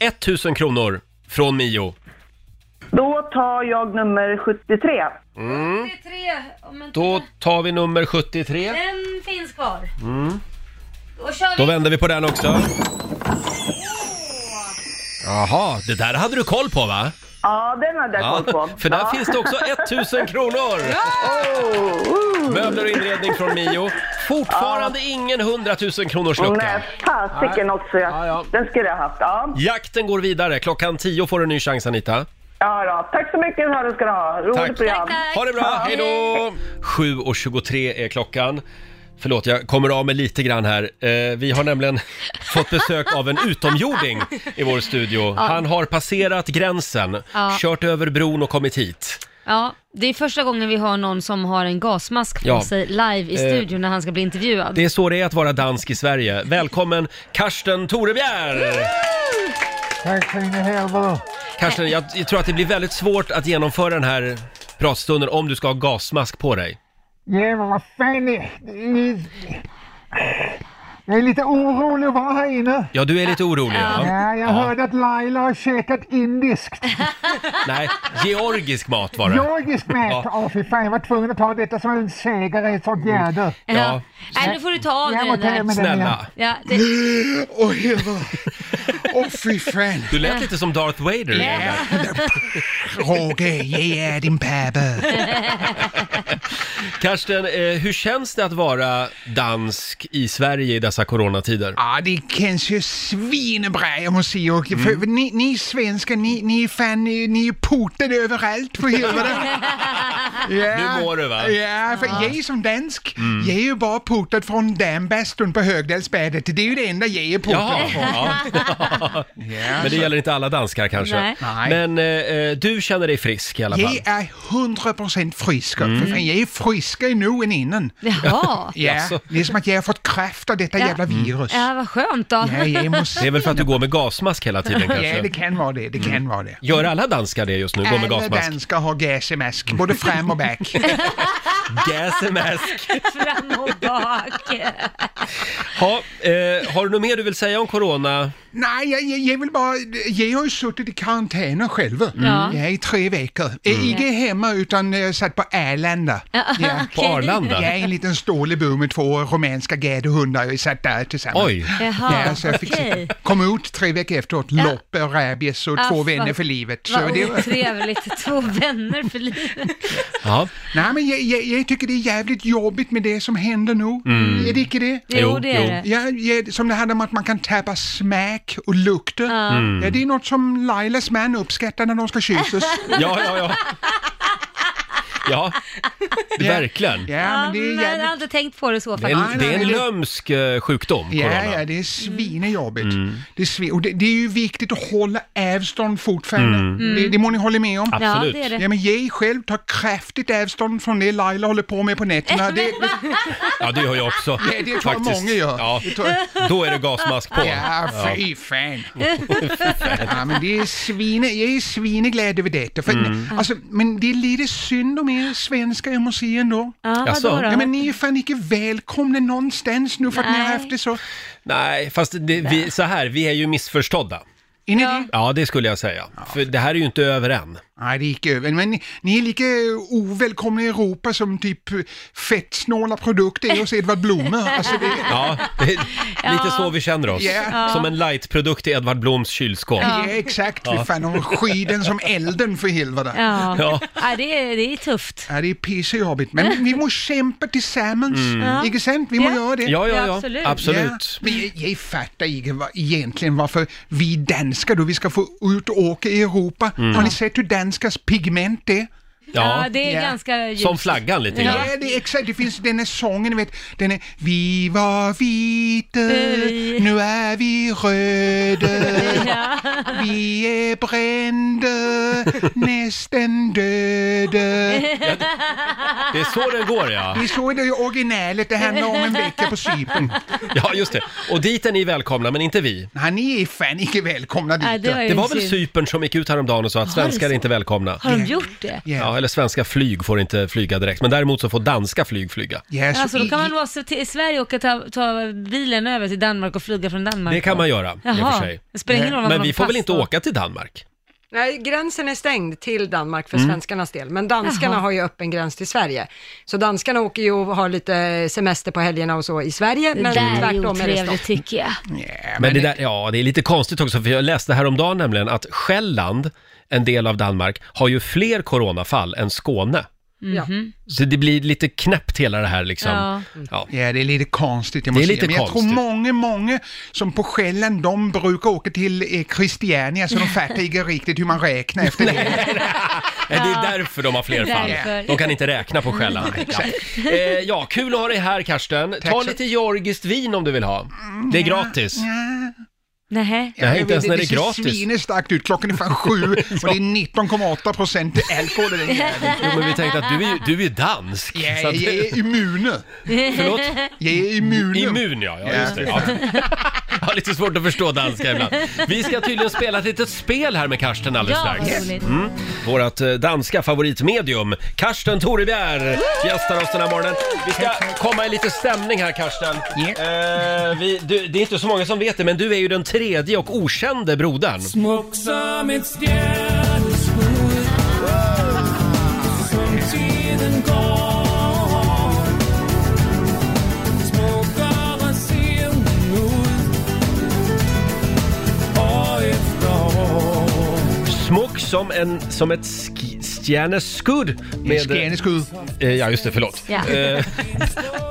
Speaker 1: 1000 kronor från Mio.
Speaker 10: Då tar jag nummer 73.
Speaker 9: 73, om inte
Speaker 1: Mm. Då tar vi nummer 73.
Speaker 9: den finns kvar. Då kör
Speaker 1: Då
Speaker 9: vi.
Speaker 1: vänder vi på den också. Jaha, det där hade du koll på va?
Speaker 10: Ja den hade jag koll på.
Speaker 1: för där
Speaker 10: ja.
Speaker 1: finns det också 1000 kronor!
Speaker 10: Oh, oh.
Speaker 1: Möbler och inredning från Mio. Fortfarande ingen 100 000 kronors lucka.
Speaker 10: Nej, fasiken också. Jag,
Speaker 1: Ja, ja.
Speaker 10: Den skulle jag haft. Ja.
Speaker 1: Jakten går vidare. Klockan 10 får du en ny chans Anita.
Speaker 10: Ja, då. Tack så mycket för att du ska ha. Roligt
Speaker 1: Tack.
Speaker 10: program.
Speaker 1: Ha det bra, hej då! 7.23 är klockan. Förlåt, jag kommer av mig lite grann här. Eh, vi har nämligen fått besök av en utomjording i vår studio. Han har passerat gränsen,
Speaker 9: Ja.
Speaker 1: kört över bron och kommit hit.
Speaker 9: Ja, det är första gången vi har någon som har en gasmask på
Speaker 1: Ja. Eh.
Speaker 9: sig live i studion när han ska bli intervjuad.
Speaker 1: Det är så det är att vara dansk i Sverige. Välkommen Karsten Torebjer!
Speaker 8: Tack för ni här.
Speaker 1: Karsten, jag, jag tror att det blir väldigt svårt att genomföra den här pratstunden om du ska ha gasmask på dig.
Speaker 8: Ja, men vad fan är ni... Jag är lite orolig att vara här inne.
Speaker 1: Ja, du är lite orolig. Ja.
Speaker 8: Ja, jag hörde att Laila har käkat indiskt.
Speaker 1: Nej, georgisk mat var det.
Speaker 8: Georgisk mat!
Speaker 1: Ja.
Speaker 8: Åh fy fan, jag var tvungen att ta detta som en säkerhetsåtgärd.
Speaker 1: Ja.
Speaker 9: Nej, nu får du ta av
Speaker 8: Jag
Speaker 9: dig
Speaker 8: må
Speaker 9: den
Speaker 8: ta
Speaker 9: där.
Speaker 8: med den igen.
Speaker 1: Snälla.
Speaker 9: Ja, det,
Speaker 8: Åh helvete! Åh fy fan!
Speaker 1: Du lät lite som Darth Vader.
Speaker 8: Roger, jag är din pappa.
Speaker 1: Karsten, eh, hur känns det att vara dansk i Sverige i dessa coronatider?
Speaker 8: Ja, det känns ju svinebra jag måste säga. Och för
Speaker 1: Mm.
Speaker 8: ni, ni svenskar, ni, ni är fan, ni, ni är portade överallt för helvete. Ja.
Speaker 1: Nu mår du, Mm. va?
Speaker 8: Ja, för jag som dansk, jag är ju bara portad från dambastun på Högdalsbadet. Det är ju det enda jag är portad från.
Speaker 1: Jaha, ja. Men det gäller inte alla danskar kanske.
Speaker 9: Nej.
Speaker 8: Nej.
Speaker 1: Men eh, eh, du känner dig frisk i alla fall?
Speaker 8: Jag är 100% frisk.
Speaker 1: Mm.
Speaker 8: För fan, jag är friskare nu än innan.
Speaker 9: jaha.
Speaker 8: Ja,
Speaker 1: Jaså.
Speaker 8: det är som att jag har fått kraft av detta jävla virus.
Speaker 9: Ja, vad skönt då.
Speaker 8: Ja, jag måste...
Speaker 1: Det är väl för att du går med gasmask hela tiden
Speaker 8: Ja, det
Speaker 1: kanske? Mm.
Speaker 8: kan vara det. Det kan vara det.
Speaker 1: Gör alla danskar det just nu, går med
Speaker 8: Alla
Speaker 1: gasmask?
Speaker 8: danskar har gasmask, både fram och bak.
Speaker 1: Gasmask!
Speaker 9: Fram och bak.
Speaker 1: Ha, eh, har du något mer du vill säga om corona?
Speaker 8: Nej, jag, jag, jag vill bara... Jag har ju suttit i karantän själv. Mm.
Speaker 9: Ja.
Speaker 8: Ja, i tre veckor. Mm. Inte hemma utan eh, satt på Arlanda. Ja.
Speaker 1: På Arlanda?
Speaker 8: Jag är en liten stålebo med två rumänska gadohundar och vi satt där tillsammans.
Speaker 1: Oj!
Speaker 9: Jaha,
Speaker 8: Ja, så jag fick
Speaker 9: okej.
Speaker 8: kom ut tre veckor efteråt, lopp, rabies och
Speaker 9: Ah,
Speaker 8: två
Speaker 9: fan.
Speaker 8: vänner för livet. Så
Speaker 9: Vad
Speaker 8: det,
Speaker 9: otrevligt, två vänner för livet.
Speaker 1: Ja.
Speaker 8: nej, men jag, jag, jag tycker det är jävligt jobbigt med det som händer nu. Är det inte det?
Speaker 1: Mm. Jo,
Speaker 9: Jo, det är
Speaker 1: jo.
Speaker 9: det.
Speaker 8: Ja, ja, som det handlar om att man kan tappa smak och lukter.
Speaker 1: Mm.
Speaker 8: Ja, det är något som Lailas man uppskattar när de ska kyssas.
Speaker 1: Ja, ja, ja. Ja, verkligen.
Speaker 8: Ja, men det är
Speaker 9: jag har
Speaker 8: jävligt...
Speaker 9: aldrig tänkt på det så
Speaker 1: Det är
Speaker 9: faktiskt.
Speaker 1: en, det är en lömsk eh, sjukdom,
Speaker 8: Ja,
Speaker 1: corona.
Speaker 8: ja, det är svinejobbigt.
Speaker 1: Mm.
Speaker 8: Det, är svin... och det, det är ju viktigt att hålla avstånd fortfarande. Det, det må ni hålla med om.
Speaker 9: Ja,
Speaker 1: Mm. Absolut.
Speaker 9: det är det.
Speaker 8: Ja, men jag själv tar kraftigt avstånd från det Laila håller på med på nätterna. Det, det,
Speaker 1: Ja, det gör jag också.
Speaker 8: det, det tror jag många gör.
Speaker 1: Ja,
Speaker 8: Det tror jag.
Speaker 1: då är det gasmask på.
Speaker 8: Ja, fy fan. ja, men det är svine, jag är svineglad över detta. För,
Speaker 1: Mm.
Speaker 8: alltså, men det är lite synd om er svenskar, jag måste säga ändå.
Speaker 9: Ja,
Speaker 1: Jaså?
Speaker 9: vadå då?
Speaker 8: Ja, men ni är fan inte välkomna någonstans nu för att ni har
Speaker 9: Nej.
Speaker 8: haft det så.
Speaker 1: Nej, fast det, vi, så här, vi är ju missförstådda.
Speaker 8: Är ni det?
Speaker 1: Ja, det skulle jag säga. För det här är ju inte över än.
Speaker 8: Nej, det gick över. Men ni, ni är lika ovälkomna i Europa som typ fettsnåla produkter är hos Edvard Blom. Alltså det,
Speaker 1: Ja, det är lite så vi känner oss.
Speaker 8: Ja.
Speaker 1: Som en lightprodukt i Edvard Bloms kylskåp.
Speaker 8: ja. exakt. Fy fan, de skyden som elden för helvete.
Speaker 3: Ja,
Speaker 1: Ja.
Speaker 3: Nej, det, är, det är tufft.
Speaker 8: Ja, det är pissjobbigt, men vi måste kämpa tillsammans. Inte sant? Vi måste göra det.
Speaker 1: Mm. Ja, ja,
Speaker 3: Ja,
Speaker 1: ja. Absolut.
Speaker 3: absolut.
Speaker 8: Ja, men jag, jag fattar inte vad, egentligen varför vi danskar då vi ska få ut och åka i Europa. Har ni sett hur danskars pigment är?
Speaker 1: Mm. Ja.
Speaker 3: Ja, det är
Speaker 8: Ja.
Speaker 3: ganska ljust.
Speaker 1: Som flaggan lite
Speaker 8: Ja,
Speaker 1: grann.
Speaker 8: det är exakt. Det finns den här sången, ni vet, den är Vi var vita, nu är vi röda,
Speaker 3: Ja.
Speaker 8: vi är brända, nästan döda.
Speaker 1: Det är så den går ja.
Speaker 8: Det är så det är originalet, det handlar om en vecka på Cypern.
Speaker 1: Ja, just det. Och dit är ni välkomna, men inte vi.
Speaker 8: Nej, ni är fan icke välkomna dit.
Speaker 3: Nej, det var ju
Speaker 1: Det var väl
Speaker 3: synd.
Speaker 1: Cypern som gick ut häromdagen och sa att
Speaker 3: det
Speaker 1: svenskar är
Speaker 3: så?
Speaker 1: inte välkomna.
Speaker 3: Har de gjort det?
Speaker 8: Ja.
Speaker 1: Ja, eller svenska flyg får inte flyga direkt, men däremot så får danska flyg flyga.
Speaker 8: Ja, så
Speaker 3: Alltså då kan
Speaker 8: i-
Speaker 3: man vara så till i Sverige och ta, ta bilen över till Danmark och flyga från Danmark?
Speaker 1: Det kan man göra, i och för
Speaker 3: Jaha,
Speaker 1: sig.
Speaker 3: det spelar ingen roll vad
Speaker 1: Men
Speaker 3: man
Speaker 1: vi får väl
Speaker 3: fast
Speaker 1: inte
Speaker 3: på.
Speaker 1: åka till Danmark?
Speaker 2: Nej, gränsen är stängd till Danmark för
Speaker 1: Mm.
Speaker 2: svenskarnas del, men danskarna har ju öppen gräns till Sverige. Så danskarna åker ju och har lite semester på helgerna och så i Sverige,
Speaker 3: Det
Speaker 2: men
Speaker 3: där är ju
Speaker 2: tvärtom är det stopp.
Speaker 3: otrevligt tycker jag.
Speaker 8: Ja,
Speaker 1: Men det där, ja, det är lite konstigt också, för jag läste häromdagen nämligen att Själland, en del av Danmark, har ju fler coronafall än Skåne.
Speaker 2: Ja.
Speaker 3: Mhm.
Speaker 1: Så det blir lite knäppt hela det här liksom.
Speaker 3: Ja.
Speaker 1: Ja.
Speaker 8: Ja, det är lite konstigt. Jag
Speaker 1: Det är
Speaker 8: måste säga.
Speaker 1: lite
Speaker 8: Men jag
Speaker 1: konstigt.
Speaker 8: tror många, många som på Själland, de brukar åka till eh, Christiania, så de fattar inte riktigt hur man räknar efter det.
Speaker 1: Nej, det är därför de har fler fall.
Speaker 3: Därför.
Speaker 1: De kan inte räkna på Själland. Ja. Eh, ja, kul att ha dig här Karsten. Ta
Speaker 8: så- Mm.
Speaker 1: lite georgiskt vin om du vill ha. Det är gratis.
Speaker 8: Ja,
Speaker 3: Nej.
Speaker 1: Nej, inte ens när det är
Speaker 8: Det
Speaker 1: gratis.
Speaker 8: ser svinestarkt ut. Klockan är fan sju och det är 19,8 procent alkohol i den jäveln.
Speaker 1: Jo, men vi tänkte att du är ju du är dansk.
Speaker 8: Ja,
Speaker 1: så
Speaker 8: jag
Speaker 1: att,
Speaker 8: är immun.
Speaker 1: förlåt?
Speaker 8: Jag är immun.
Speaker 1: Immun ja, ja
Speaker 8: Ja.
Speaker 1: just det. Ja. Jag har lite svårt att förstå danska ibland. Vi ska tydligen spela ett litet spel här med Karsten alldeles
Speaker 3: Ja,
Speaker 1: strax.
Speaker 3: vad roligt.
Speaker 1: Vårat eh, danska favoritmedium, Karsten Torebjer, gästar oss den här morgonen. Vi ska komma i lite stämning här, Karsten. Eh, vi, du, det är inte så många som vet det, men du är ju den tredje och okände brodern. Smuck som, en, som ett sk- stjärneskudd med...
Speaker 8: Skåneskud.
Speaker 1: Eh, ja, just det, förlåt.
Speaker 3: Ja.
Speaker 1: Eh,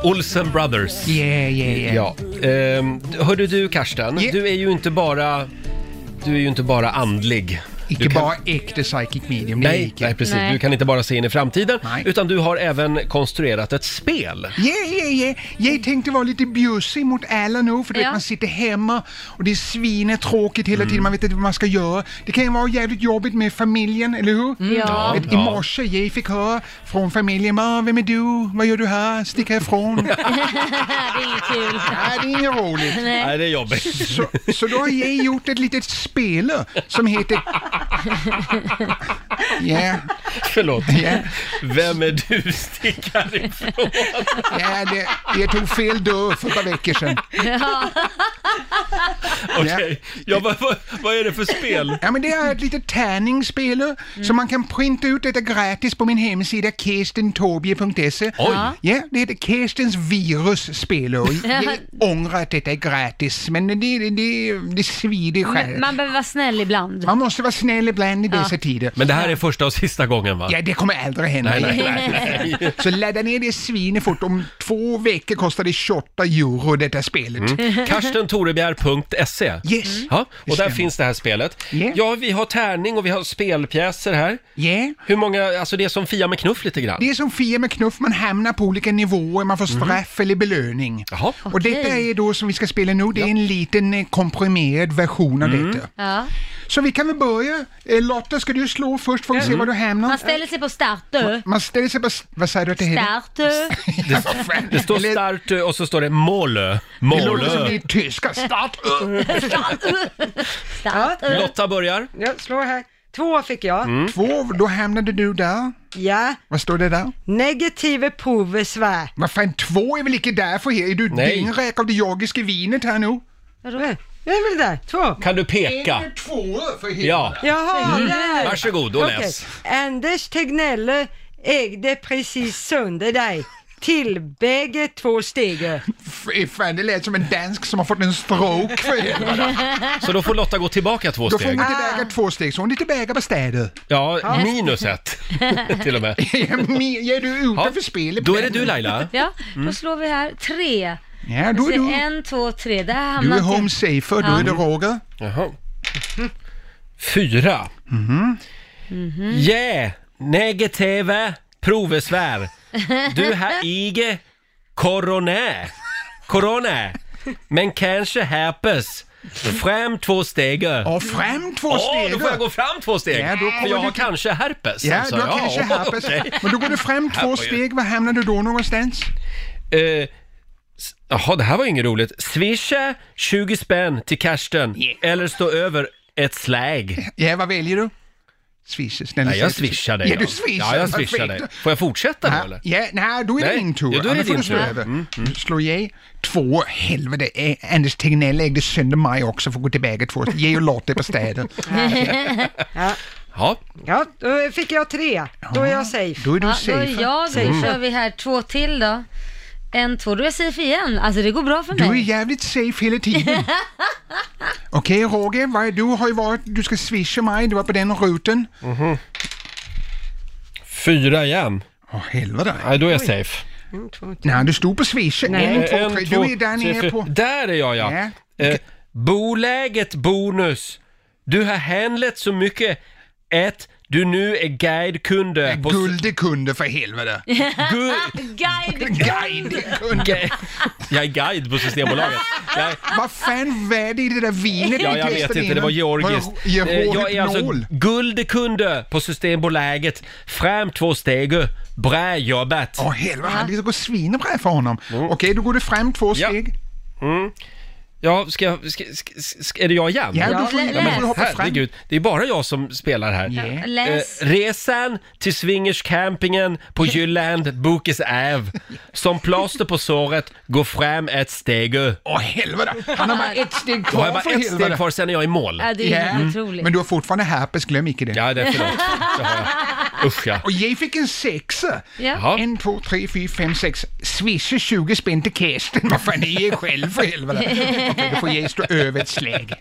Speaker 1: Olsen Brothers.
Speaker 8: Yeah, yeah, yeah.
Speaker 1: Ja. Ehm, hördu du Karsten,
Speaker 8: Ja.
Speaker 1: du är ju inte bara... Du är ju inte bara andlig.
Speaker 8: Icke
Speaker 1: Du kan-
Speaker 8: bara äkta psychic medium. det är
Speaker 1: Nej,
Speaker 8: icke.
Speaker 1: nej precis.
Speaker 3: Nej.
Speaker 1: Du kan inte bara se in i framtiden,
Speaker 8: Nej.
Speaker 1: utan du har även konstruerat ett spel.
Speaker 8: Yeah, yeah, yeah. Jag tänkte vara lite bjussig mot alla nu, för du
Speaker 3: Ja.
Speaker 8: vet, man sitter hemma och det är svinetråkigt hela tiden, man vet inte vad man ska göra. Det kan ju vara jävligt jobbigt med familjen, eller hur?
Speaker 3: Ja.
Speaker 8: Vet, I
Speaker 1: Ja.
Speaker 8: morse jag fick höra från familjen, "Ma, vem är du? Vad gör du här? Stick härifrån.
Speaker 3: det är inget kul.
Speaker 8: Nej, det är inget roligt.
Speaker 1: Nej, det är jobbigt.
Speaker 8: Så, så då har jag gjort ett litet spel som heter... Ja,
Speaker 1: Förlåt.
Speaker 8: ja,
Speaker 1: Vem är du stickar ifrån?
Speaker 8: ja, det, jag tog fel dörr för ett par veckor sedan.
Speaker 1: Okej. Ja, vad, vad, vad är det för spel? Mm.
Speaker 8: Ja, men det är ett litet tärningsspel eh, som man kan printa ut detta gratis på min hemsida kirstentobie.se.
Speaker 1: Oj.
Speaker 8: E. Ja, det heter Kirstens virusspel och jag ångrar att detta är gratis, men det, det, det, det svider själv.
Speaker 3: Man behöver vara snäll ibland.
Speaker 8: Man måste vara snäll ibland i dessa tider.
Speaker 1: Men det här är första och sista gången va?
Speaker 8: Ja, det kommer aldrig hända.
Speaker 1: Nej, nej,
Speaker 8: Så ladda ner det svinet fort. Om två veckor kostar det 28 euro detta spelet.
Speaker 1: Mm. KarstenTorebjer.se
Speaker 8: Yes.
Speaker 1: E. Ja, och där
Speaker 8: stämmer.
Speaker 1: finns det här spelet.
Speaker 8: Ja.
Speaker 1: Ja, vi har tärning och vi har spelpjäser här.
Speaker 8: Ja.
Speaker 1: Hur många, alltså det är som Fia med knuff lite grann.
Speaker 8: Det är som Fia med knuff, man hamnar på olika nivåer, man får straff eller belöning.
Speaker 1: Mhm. Jaha.
Speaker 8: Och detta är då som vi ska spela nu, det är en liten eh, komprimerad version av
Speaker 1: Mm.
Speaker 8: detta.
Speaker 3: Ja.
Speaker 8: Så vi kan väl börja. Eh, Lotta, ska du slå först? Får vi se var du
Speaker 1: Mm.
Speaker 8: hamnar?
Speaker 3: Man ställer sig på start du.
Speaker 8: Man ställer sig på... s- Vad säger du att det heter?
Speaker 3: Start du.
Speaker 1: Det står
Speaker 8: Eller-
Speaker 1: starkt och så står det Målö.
Speaker 8: Det låter som det är
Speaker 1: Målö.
Speaker 8: tyska. Start!
Speaker 3: Start du.
Speaker 1: Lotta börjar. Mm.
Speaker 2: Ja, slå här. Två fick jag.
Speaker 8: Mm. Två, då hamnade du där.
Speaker 2: Ja,
Speaker 8: Vad står det där?
Speaker 2: negative povesvär.
Speaker 8: Vad fan, två är väl inte där för här? Är du
Speaker 1: Nej.
Speaker 8: dyngräk av det georgiska vinet här nu?
Speaker 3: Vadå?
Speaker 2: Det är väl där, två.
Speaker 1: Kan du peka?
Speaker 8: Två för hela.
Speaker 1: Ja.
Speaker 2: Jaha, där.
Speaker 1: Varsågod och
Speaker 2: Okej.
Speaker 1: läs.
Speaker 2: Anders Tegnell ägde precis sönder dig till bägge två steg.
Speaker 8: Fy fan, det lät som en dansk som har fått en stroke för helvete.
Speaker 1: Så då får Lotta gå tillbaka två
Speaker 8: Då får hon
Speaker 1: steg.
Speaker 8: gå tillbaka två steg, så hon är tillbaka på städet.
Speaker 1: Ja, minus ett till och med.
Speaker 8: Ger du
Speaker 1: Ja,
Speaker 8: utanför spelet?
Speaker 1: då är det du Laila.
Speaker 3: Ja,
Speaker 1: Mm.
Speaker 3: då slår vi här tre.
Speaker 8: Ja, då är
Speaker 3: Så
Speaker 8: du.
Speaker 3: en, typ. två, tre.
Speaker 8: Du
Speaker 3: Där hamnar
Speaker 8: är home safer, då är det Roger.
Speaker 1: Jaha. Fyra.
Speaker 8: Mhm.
Speaker 3: Mhm.
Speaker 1: Yeah, negative provesvär. Du har ige corona. Corona. Men kanske herpes. Fram två steg. Åh,
Speaker 8: Ja, fram två steg.
Speaker 1: då får jag gå fram två steg.
Speaker 8: Ja, då
Speaker 1: För
Speaker 8: kommer
Speaker 1: jag
Speaker 8: du
Speaker 1: har
Speaker 8: till-
Speaker 1: kanske herpes.
Speaker 8: Ja,
Speaker 1: alltså.
Speaker 8: du har kanske herpes.
Speaker 1: okej.
Speaker 8: Men då går du fram
Speaker 1: Här var ju-
Speaker 8: två steg, var hamnar du då någonstans?
Speaker 1: Eh, s- Jaha, det här var ju inget roligt. Swisha 20 spänn till Karsten eller stå över ett slag.
Speaker 8: Ja, vad väljer du? Swisha, snälla.
Speaker 1: Nej, jag
Speaker 8: säg-
Speaker 1: swishar dig.
Speaker 8: Ja,
Speaker 1: då.
Speaker 8: du swishar.
Speaker 1: Ja, jag
Speaker 8: perfekt.
Speaker 1: swishar dig. Får jag fortsätta då eller?
Speaker 8: Ja, nej, då är det
Speaker 1: Nej,
Speaker 8: din tur.
Speaker 1: ja, då är det
Speaker 8: Annars får
Speaker 1: din
Speaker 8: du slå
Speaker 1: tur. Mm,
Speaker 8: över. Slå jag två, helvete. eh, Anders Tegnell ägde sönder mig också för att gå tillbaka två. Ge och låt dig på städen.
Speaker 1: Ja.
Speaker 2: Ja, då fick jag tre. Då är jag safe.
Speaker 8: Då är du
Speaker 3: Ja, då
Speaker 8: safe. Mm.
Speaker 3: är jag, då kör vi här två till då. En, två, då är jag safe igen. Alltså det går bra för
Speaker 8: Du är
Speaker 3: mig.
Speaker 8: jävligt safe hela tiden. Okej Roger, vad, du har ju varit, du ska swisha mig, du var på den ruten. Åh
Speaker 1: Mhm. Fyra igen.
Speaker 8: helvete.
Speaker 1: Nej, då är jag safe.
Speaker 8: Mm.
Speaker 2: En, två, tre.
Speaker 8: Nej, du stod på swish. En,
Speaker 1: Eh,
Speaker 8: två, tre. Du är där
Speaker 1: tre,
Speaker 8: nere
Speaker 1: fyra.
Speaker 8: på...
Speaker 1: Där är jag ja.
Speaker 8: Ja.
Speaker 1: Eh, boläget bonus. Du har handlat så mycket att du nu är guidekunde på...
Speaker 8: Guldekunder Äh, för helvete.
Speaker 1: Gu-
Speaker 3: Guide!
Speaker 8: Guidekunder.
Speaker 1: jag är guide på Systembolaget. Jag är-
Speaker 8: Vad fan var det i det där vinet
Speaker 1: Ja,
Speaker 8: du
Speaker 1: jag vet
Speaker 8: testade
Speaker 1: inte. Det var
Speaker 8: innan?
Speaker 1: georgiskt.
Speaker 8: Var
Speaker 1: Eh,
Speaker 8: det
Speaker 1: Jag är alltså
Speaker 8: Georgipnol?
Speaker 1: guldkunde på Systembolaget. Fram två steg. Bra jobbat!
Speaker 8: Åh helvete, han- det går svinebra för honom. Okej, då går du fram två
Speaker 1: Mm. Ja. Mm.
Speaker 8: steg.
Speaker 1: Ja, ska, jag- ska, ska, ska, är det jag igen?
Speaker 8: Ja, du får,
Speaker 3: lä-
Speaker 8: du får hoppa fram.
Speaker 1: Herregud, det är bara jag som spelar här.
Speaker 3: Läs.
Speaker 1: Eh, resan till swingerscampingen på Jylland, Bokis Äv. Som plåster på såret, gå fram ett steg. Då
Speaker 8: Åh helvete, han har bara ett steg
Speaker 1: har jag
Speaker 8: kvar
Speaker 1: bara
Speaker 8: för
Speaker 1: ett steg
Speaker 8: helvete.
Speaker 1: kvar, sen är jag i mål.
Speaker 3: Ja, det är
Speaker 8: Ja,
Speaker 3: helt otroligt.
Speaker 8: Men du har fortfarande herpes, glöm inte det.
Speaker 1: Ja, det är förlåt. Det har jag. Usch ja.
Speaker 8: Och jag fick en sexa!
Speaker 3: Ja.
Speaker 1: Jaha.
Speaker 8: En, två, tre, fyra, fem, sex. Swisha 20 spänn till Kirsten. Vad fan är jag själv för helvete? Okej, då får jag stå över ett slag.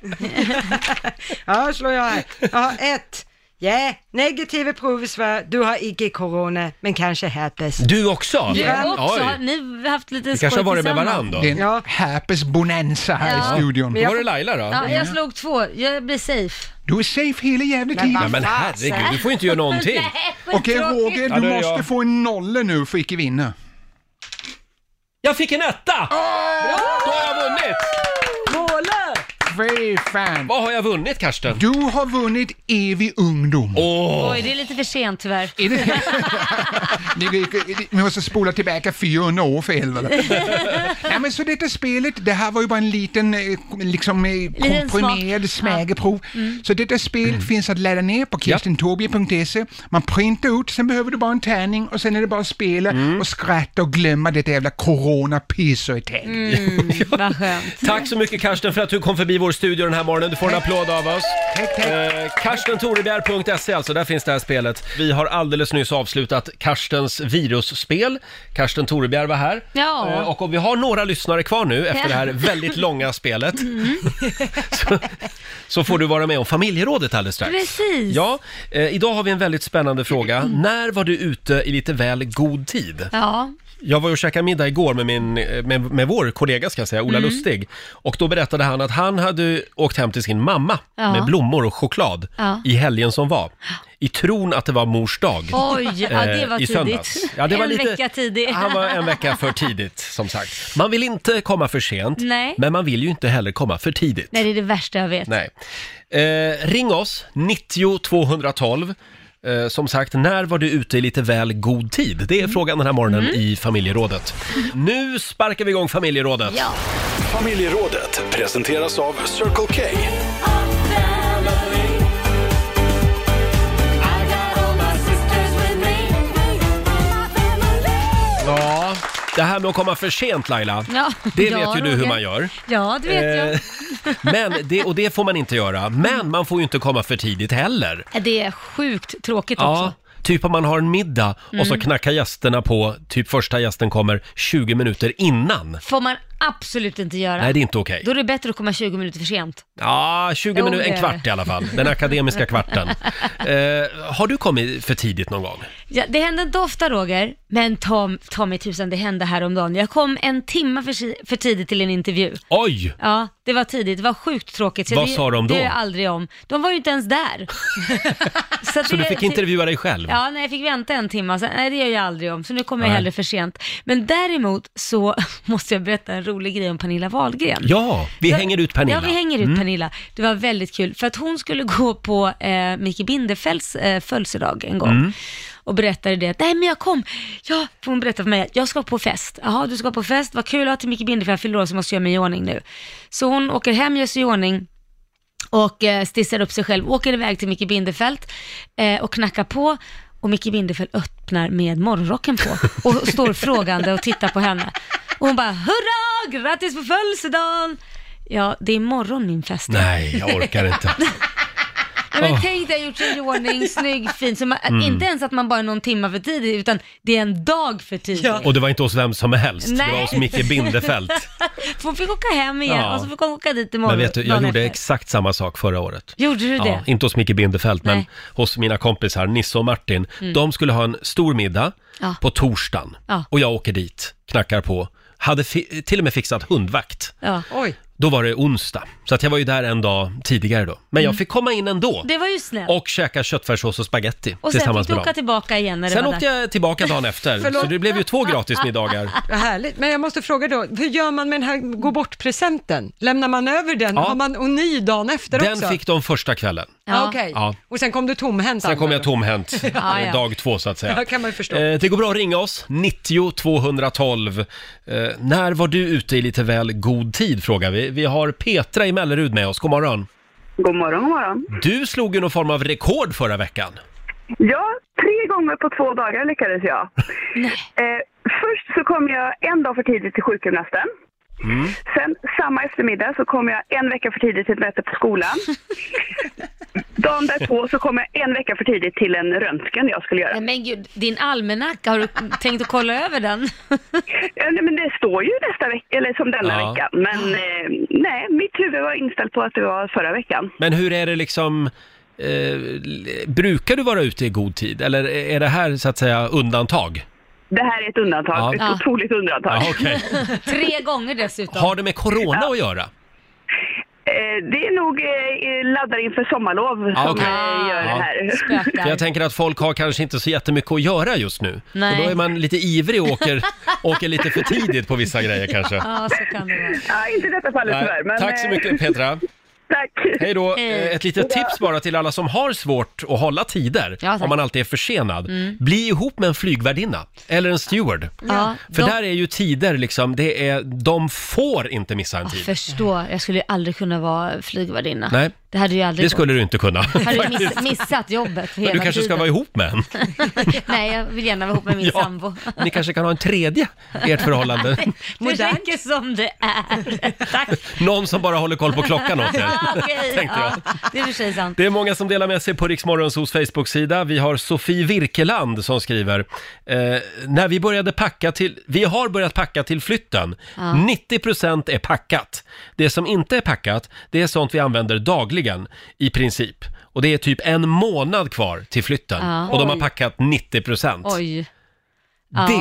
Speaker 2: Ja, slår jag här. Ja, ett. Ja, negativa provsvar. Du har icke corona, men kanske herpes.
Speaker 1: Du också?
Speaker 3: Du också, har
Speaker 1: Oj.
Speaker 3: ni har haft lite
Speaker 1: Ni kanske har varit med
Speaker 3: varandra.
Speaker 1: varandra
Speaker 8: Det
Speaker 1: då?
Speaker 8: är en
Speaker 2: Ja.
Speaker 8: herpes-bonanza här
Speaker 3: Ja.
Speaker 8: i studion.
Speaker 1: Var det Laila då? Mm.
Speaker 3: Ja, jag slog två. Jag blir safe.
Speaker 8: Du är safe hela jävla
Speaker 1: Nej
Speaker 8: tiden.
Speaker 1: men herregud, du får ju inte göra någonting.
Speaker 8: Okej
Speaker 3: skittråkigt.
Speaker 8: Roger,
Speaker 1: Ja, då
Speaker 8: du
Speaker 1: är
Speaker 8: måste
Speaker 1: jag.
Speaker 8: få en nolla nu för att icke vinna.
Speaker 1: Jag fick en etta! Då har jag vunnit!
Speaker 8: Fy fan.
Speaker 1: Vad har jag vunnit Karsten?
Speaker 8: Du har vunnit evig ungdom.
Speaker 1: Åh,
Speaker 3: Oj, det är lite för sent tyvärr.
Speaker 8: Är det... ni, ni måste spola tillbaka 400 år för helvete. Nej men så detta spelet, det här var ju bara en liten eh, liksom eh,
Speaker 3: smak.
Speaker 8: komprimerad smageprov. Så detta spel finns att ladda ner på kirstentorbje.se. Man printar ut, sen behöver du bara en tärning och sen är det bara att spela och skratta och glömma detta jävla corona piss och tag.
Speaker 3: Mm, Vad skönt.
Speaker 1: tack så mycket Karsten för att du kom förbi vår studio den här morgonen. Du får en applåd av oss.
Speaker 8: Tack, tack.
Speaker 1: Eh, KarstenTorebjer.se alltså, där finns det här spelet. Vi har alldeles nyss avslutat Karstens virusspel. Karsten Torebjer var här.
Speaker 3: Ja.
Speaker 1: Eh, och om vi har några lyssnare kvar nu efter det här väldigt långa spelet
Speaker 3: Mhm.
Speaker 1: så, så får du vara med om familjerådet alldeles strax.
Speaker 3: Precis.
Speaker 1: Ja, eh, idag har vi en väldigt spännande fråga. När var du ute i lite väl god tid?
Speaker 3: Ja,
Speaker 1: Jag var ju och käkade middag igår med, min, eh, med, med vår kollega, ska jag säga,
Speaker 3: Mm.
Speaker 1: Ola Lustig. Och då berättade han att han hade åkt hem till sin mamma
Speaker 3: Ja.
Speaker 1: med blommor och choklad
Speaker 3: Ja.
Speaker 1: i helgen som var. I tron att det var mors dag.
Speaker 3: oj, ja, det
Speaker 1: eh,
Speaker 3: var
Speaker 1: i söndags.
Speaker 3: tidigt.
Speaker 1: Ja, det var
Speaker 3: en
Speaker 1: lite,
Speaker 3: vecka tidig.
Speaker 1: Han var en vecka för tidigt, som sagt. Man vill inte komma för sent,
Speaker 3: Nej.
Speaker 1: men man vill ju inte heller komma för tidigt.
Speaker 3: Nej, det är det värsta jag vet.
Speaker 1: Nej. Eh, ring oss, 90 212. Eh, som sagt, när var du ute i lite väl god tid? Det är
Speaker 3: Mm.
Speaker 1: frågan den här morgonen i familjerådet. Nu sparkar vi igång familjerådet.
Speaker 3: Ja.
Speaker 4: Familjerådet presenteras av Circle K.
Speaker 1: Ja, Det här med att komma för sent Laila,
Speaker 3: Ja.
Speaker 1: det
Speaker 3: Ja,
Speaker 1: vet ju du
Speaker 3: Roger.
Speaker 1: hur man gör.
Speaker 3: Ja, det vet jag.
Speaker 1: Eh, Men det, och det får man inte göra. Men man får ju inte komma för tidigt heller.
Speaker 3: Det är sjukt tråkigt
Speaker 1: Eh. Ja,
Speaker 3: också.
Speaker 1: typ om man har en middag och så
Speaker 3: Mm.
Speaker 1: knackar gästerna på, typ första gästen kommer 20 minuter innan.
Speaker 3: får man absolut inte göra.
Speaker 1: Nej, det är inte okej.
Speaker 3: Då är det bättre att komma 20 minuter för sent.
Speaker 1: Ja, 20
Speaker 3: Jo, det
Speaker 1: minuter,
Speaker 3: är det.
Speaker 1: en kvart i alla fall. Den akademiska kvarten. Eh, har du kommit för tidigt någon gång?
Speaker 3: Ja, det hände inte ofta Roger, men ta, ta mig tusan, det hände häromdagen. Jag kom en timme för, si- för tidigt till en intervju.
Speaker 1: Oj!
Speaker 3: Ja, det var tidigt. Det var sjukt tråkigt.
Speaker 1: Vad
Speaker 3: det,
Speaker 1: sa de då?
Speaker 3: Det är jag aldrig om. De var ju inte ens där. så att
Speaker 1: Så du
Speaker 3: det-
Speaker 1: fick intervjua dig själv?
Speaker 3: Ja, nej, jag fick vänta en timme. Sen, nej, det gör jag aldrig om, så nu kommer jag
Speaker 1: Nej.
Speaker 3: hellre för sent. Men däremot så måste jag berätta en rolig grej om Pernilla Wahlgren.
Speaker 1: Ja, vi
Speaker 3: Jag-
Speaker 1: hänger ut Pernilla.
Speaker 3: Ja, vi hänger ut
Speaker 1: Mm.
Speaker 3: Pernilla. Det var väldigt kul, för att hon skulle gå på eh, Micke Bindefelds eh, födelsedag en gång.
Speaker 11: Mm.
Speaker 3: Och berättade det, att, nej men jag kom, ja, för hon berättade för mig, jag ska på fest. Jaha, du ska på fest, vad kul, ja, till Micke Bindefeld fyller år så måste jag göra mig i ordning nu. Så hon åker hem, gör sig i ordning, och eh, stissar upp sig själv, åker iväg till Micke Bindefeld eh, och knackar på och Micke Bindefeld öppnar med morgonrocken på och står frågande och tittar på henne. Och hon bara hurra, grattis på födelsedagen! Ja, det är imorgon min fest.
Speaker 1: Nej, jag orkar inte.
Speaker 3: Nej, men
Speaker 1: Åh.
Speaker 3: tänk dig gjort sig i ordning, snygg, fin. Så man,
Speaker 1: Mm.
Speaker 3: Inte ens att man bara är någon timma för tidig, utan det är en dag för tidig.
Speaker 1: Och det var inte hos vem som helst, det var
Speaker 3: Nej.
Speaker 1: hos Micke Bindefeld.
Speaker 3: Hon fick åka hem igen
Speaker 1: Ja.
Speaker 3: och så fick hon åka dit imorgon.
Speaker 1: Men vet du, jag
Speaker 3: dagen
Speaker 1: gjorde
Speaker 3: efter.
Speaker 1: exakt samma sak förra året.
Speaker 3: Gjorde du det?
Speaker 1: inte hos Micke Bindefeld, men
Speaker 3: Nej.
Speaker 1: hos mina kompisar Nisse och Martin.
Speaker 3: Mm.
Speaker 1: De skulle ha en stor middag
Speaker 3: Ja.
Speaker 1: på torsdagen
Speaker 3: Ja.
Speaker 1: och jag åker dit, knackar på. Hade fi- till och med fixat hundvakt.
Speaker 3: Ja.
Speaker 2: Oj.
Speaker 1: Då var det onsdag, så att jag var ju där en dag tidigare då. Men jag fick komma in ändå
Speaker 3: Mm. Det var ju snällt.
Speaker 1: och käka köttfärssås och spaghetti
Speaker 3: Och sen
Speaker 1: tillsammans
Speaker 3: fick du
Speaker 1: med
Speaker 3: åka
Speaker 1: dem.
Speaker 3: tillbaka igen när det
Speaker 1: Sen
Speaker 3: var
Speaker 1: åkte
Speaker 3: dags.
Speaker 1: jag tillbaka dagen efter,
Speaker 2: Förlåt.
Speaker 1: så det blev ju två gratismiddagar.
Speaker 2: Vad härligt. Men jag måste fråga då, hur gör man med den här gå bort-presenten? Lämnar man över den?
Speaker 1: Ja.
Speaker 2: Har man och ny dagen efter
Speaker 1: Den
Speaker 2: också?
Speaker 1: fick de första kvällen.
Speaker 2: Ja. Okej.
Speaker 1: Ja.
Speaker 2: Och sen kom du tomhänt?
Speaker 1: Sen kom
Speaker 2: antar
Speaker 1: jag tomhänt,
Speaker 2: Ja, ja.
Speaker 1: eh, dag två så att säga.
Speaker 2: Ja, kan man ju förstå.
Speaker 1: Eh, det går bra att ringa oss, 90 212. Eh, när var du ute i lite väl god tid frågar vi. Vi har Petra i Mellerud med oss, god morgon.
Speaker 10: God morgon, god morgon.
Speaker 1: Du slog ju någon form av rekord förra veckan.
Speaker 10: Ja, tre gånger på två dagar lyckades jag. Eh, först så kom jag en dag för tidigt till sjukgymnasten.
Speaker 11: Mm.
Speaker 10: Sen samma eftermiddag så kom jag en vecka för tidigt till ett möte på skolan. Dagen därpå så kom jag en vecka för tidigt till en röntgen jag skulle göra.
Speaker 3: Nej, Men gud, din almanacka, har du tänkt att kolla över den?
Speaker 10: Ja, nej, men det står ju nästa vecka, eller som denna
Speaker 1: Ja.
Speaker 10: vecka. Men eh, nej, mitt huvud var inställt på att det var förra veckan.
Speaker 1: Men hur är det liksom, eh, l- brukar du vara ute i god tid eller är det här så att säga undantag?
Speaker 10: Det här är ett undantag,
Speaker 1: Ja.
Speaker 10: ett
Speaker 1: Ja.
Speaker 10: otroligt undantag.
Speaker 1: Ja, okej.
Speaker 3: Tre gånger dessutom.
Speaker 1: Har det med corona att göra?
Speaker 10: Eh, Det är nog eh, laddar inför sommarlov
Speaker 1: Ja,
Speaker 10: som
Speaker 1: Ah, okej.
Speaker 10: eh, gör
Speaker 1: Ja.
Speaker 10: det här.
Speaker 1: För jag tänker att folk har kanske inte så jättemycket att göra just nu.
Speaker 10: Nej.
Speaker 1: Och då är man lite ivrig och åker, åker lite för tidigt på vissa grejer kanske.
Speaker 3: Ja, så kan det vara.
Speaker 10: Ja, inte i detta fallet
Speaker 1: Nej,
Speaker 10: tyvärr. Men,
Speaker 1: Tack så
Speaker 10: eh,
Speaker 1: mycket Petra.
Speaker 10: Tack.
Speaker 1: Hej då.
Speaker 10: Hej.
Speaker 1: Eh, Ett litet
Speaker 10: Hej då.
Speaker 1: tips bara till alla som har svårt att hålla tider,
Speaker 3: Ja, tack.
Speaker 1: om man alltid är försenad.
Speaker 3: Mm.
Speaker 1: Bli ihop med en flygvärdinna eller en steward.
Speaker 3: Ja,
Speaker 1: För
Speaker 3: de-
Speaker 1: där är ju tider liksom, det är, de får inte missa en tid.
Speaker 3: Förstå, jag skulle ju aldrig kunna vara flygvärdinna.
Speaker 1: Nej.
Speaker 3: Det hade ju aldrig
Speaker 1: Det skulle du inte kunna.
Speaker 3: gått. Jag hade miss, missat jobbet för
Speaker 1: Men
Speaker 3: hela
Speaker 1: du kanske ska
Speaker 3: tiden.
Speaker 1: vara ihop med en.
Speaker 3: Nej, jag vill gärna vara ihop med min
Speaker 1: Ja.
Speaker 3: sambo.
Speaker 1: Ni kanske kan ha en tredje i ert förhållande.
Speaker 3: Det räcker som det är. Tack.
Speaker 1: Någon som bara håller koll på klockan åt er.
Speaker 3: Ja, okej,
Speaker 1: tänkte jag.
Speaker 3: ja, Det är i och för sig sant.
Speaker 1: Det är många som delar med sig på Riksmorgonsos Facebook-sida. Vi har Sofie Virkeland som skriver eh, När vi började packa till, vi har börjat packa till flytten.
Speaker 11: Ja.
Speaker 1: 90% är packat. Det som inte är packat, det är sånt vi använder dagligen i princip. Och det är typ en månad kvar till flytten
Speaker 3: Ja.
Speaker 1: och de har
Speaker 3: Oj.
Speaker 1: packat 90%.
Speaker 3: Oj.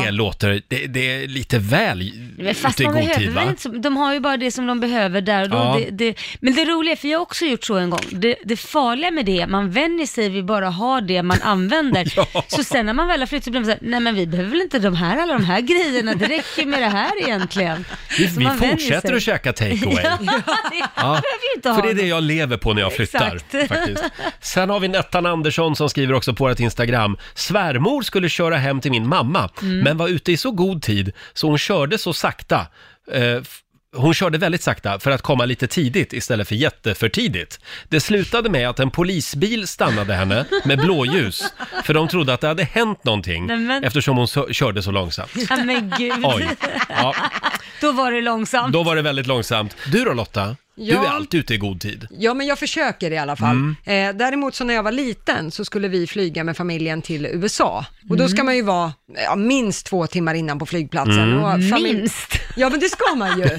Speaker 1: Det låter, det, det är lite väl
Speaker 3: Men fast
Speaker 1: ute i
Speaker 3: man
Speaker 1: god
Speaker 3: behöver
Speaker 1: tid
Speaker 3: väl
Speaker 1: va?
Speaker 3: inte så, de har ju bara det som de behöver där. Och då,
Speaker 1: Ja.
Speaker 3: det, det, men det roliga, för jag har också gjort så en gång, det, det farliga med det, man vänjer sig vid bara ha det man använder. Så sen när man väl har flyttat så blir man såhär, nej men vi behöver väl inte de här, alla de här grejerna, det räcker ju med det här egentligen.
Speaker 1: Vi,
Speaker 3: Så
Speaker 1: vi
Speaker 3: man vänjer
Speaker 1: fortsätter
Speaker 3: sig.
Speaker 1: att käka takeaway.
Speaker 3: Ja, det behöver ju inte ha
Speaker 1: För det är det jag lever på när jag flyttar.
Speaker 3: Exakt.
Speaker 1: Faktiskt. Sen har vi Nettan Andersson som skriver också på vårt Instagram. Svärmor skulle köra hem till min mamma,
Speaker 11: Mm.
Speaker 1: men var ute i så god tid så hon körde så sakta. Eh, f- hon körde väldigt sakta för att komma lite tidigt istället för jätteför tidigt. Det slutade med att en polisbil stannade henne med blåljus för de trodde att det hade hänt någonting
Speaker 3: Nej, men-
Speaker 1: eftersom hon så, körde så långsamt.
Speaker 3: Ja, men gud.
Speaker 1: Oj. Ja,
Speaker 3: Då var det långsamt.
Speaker 1: då var det väldigt långsamt. Du då Lotta?
Speaker 2: Ja.
Speaker 1: Du är alltid ute i god tid.
Speaker 2: Ja, men jag försöker i alla fall.
Speaker 1: Mm.
Speaker 2: Eh, däremot så när jag var liten så skulle vi flyga med familjen till USA. Och då ska man ju vara ja, minst två timmar innan på flygplatsen.
Speaker 1: Mm.
Speaker 2: Och familj-
Speaker 3: Minst?
Speaker 2: Ja, men det ska man ju.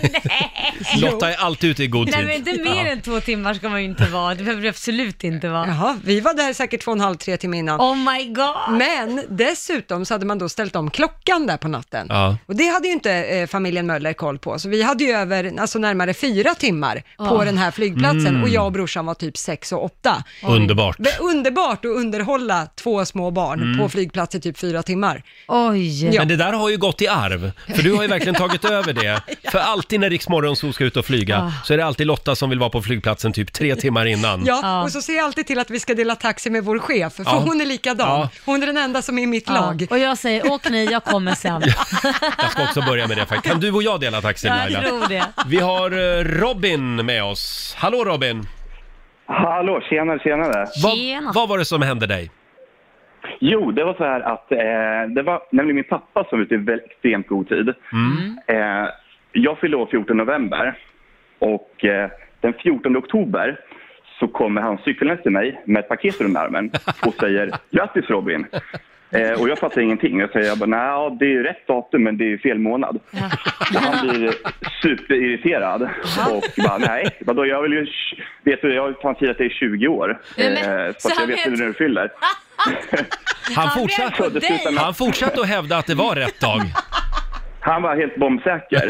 Speaker 1: Lotta är alltid ute i god
Speaker 3: Nej
Speaker 1: tid.
Speaker 3: men inte mer
Speaker 1: Ja.
Speaker 3: än två timmar ska man ju inte vara, det behöver det absolut inte vara.
Speaker 2: Jaha, vi var där säkert två och en halv, tre timmar innan.
Speaker 3: Oh my god!
Speaker 2: Men dessutom så hade man då ställt om klockan där på natten.
Speaker 1: Ja.
Speaker 2: Och det hade ju inte eh, familjen Möller koll på, så vi hade ju över, alltså närmare fyra timmar på
Speaker 3: Ah.
Speaker 2: den här flygplatsen
Speaker 1: Mm.
Speaker 2: och jag och brorsan var typ sex och åtta.
Speaker 1: Underbart.
Speaker 2: Det är underbart att underhålla två små barn
Speaker 1: Mm.
Speaker 2: på flygplats i typ fyra timmar.
Speaker 3: Oj!
Speaker 2: Ja.
Speaker 1: Men det där har ju gått i arv, för du har ju verkligen tagit över det. För alltid när Rix Morgonzoo ska ut och flyga
Speaker 3: Ah.
Speaker 1: så är det alltid Lotta som vill vara på flygplatsen typ tre timmar innan.
Speaker 2: Ja,
Speaker 3: Ja.
Speaker 2: och så ser jag alltid till att vi ska dela taxi med vår chef, för
Speaker 1: Ja.
Speaker 2: hon är likadan.
Speaker 1: Ja.
Speaker 2: Hon är den enda som är i mitt lag.
Speaker 3: Ja. Och jag säger, åk ni, jag kommer sen.
Speaker 1: Jag ska också börja med det faktiskt. Kan du och jag dela taxin Laila?
Speaker 3: jag tror det.
Speaker 1: Vi har eh, Robin med oss. Hallå Robin!
Speaker 11: Hallå, tjenare, tjenare.
Speaker 1: Vad,
Speaker 3: Tjena.
Speaker 1: vad var det som hände dig?
Speaker 11: Jo, det var så här att eh, det var nämligen min pappa som var ute i väldigt extremt god tid.
Speaker 1: Mm.
Speaker 3: Mm.
Speaker 11: Eh, jag fyllde år 14 november och eh, den 14 oktober så kommer han cyklandes till mig med ett paket under armen och säger grattis Robin. Eh, och jag fattar ingenting. Jag säger jag bara, "Nja, det är ju rätt datum men det är ju fel månad. Och han blir superirriterad och bara nej, vadå jag vill ju, vet du jag har fan firat dig i 20 år.
Speaker 3: Nej, men-
Speaker 11: Eh,
Speaker 3: så
Speaker 11: så att jag
Speaker 3: han
Speaker 11: vet
Speaker 3: vet-
Speaker 11: hur du fyller.
Speaker 1: Han,
Speaker 3: Han
Speaker 1: fortsatt,
Speaker 3: blev på dig.
Speaker 1: han fortsatte att hävda att det var rätt dag.
Speaker 11: Han var helt bombsäker.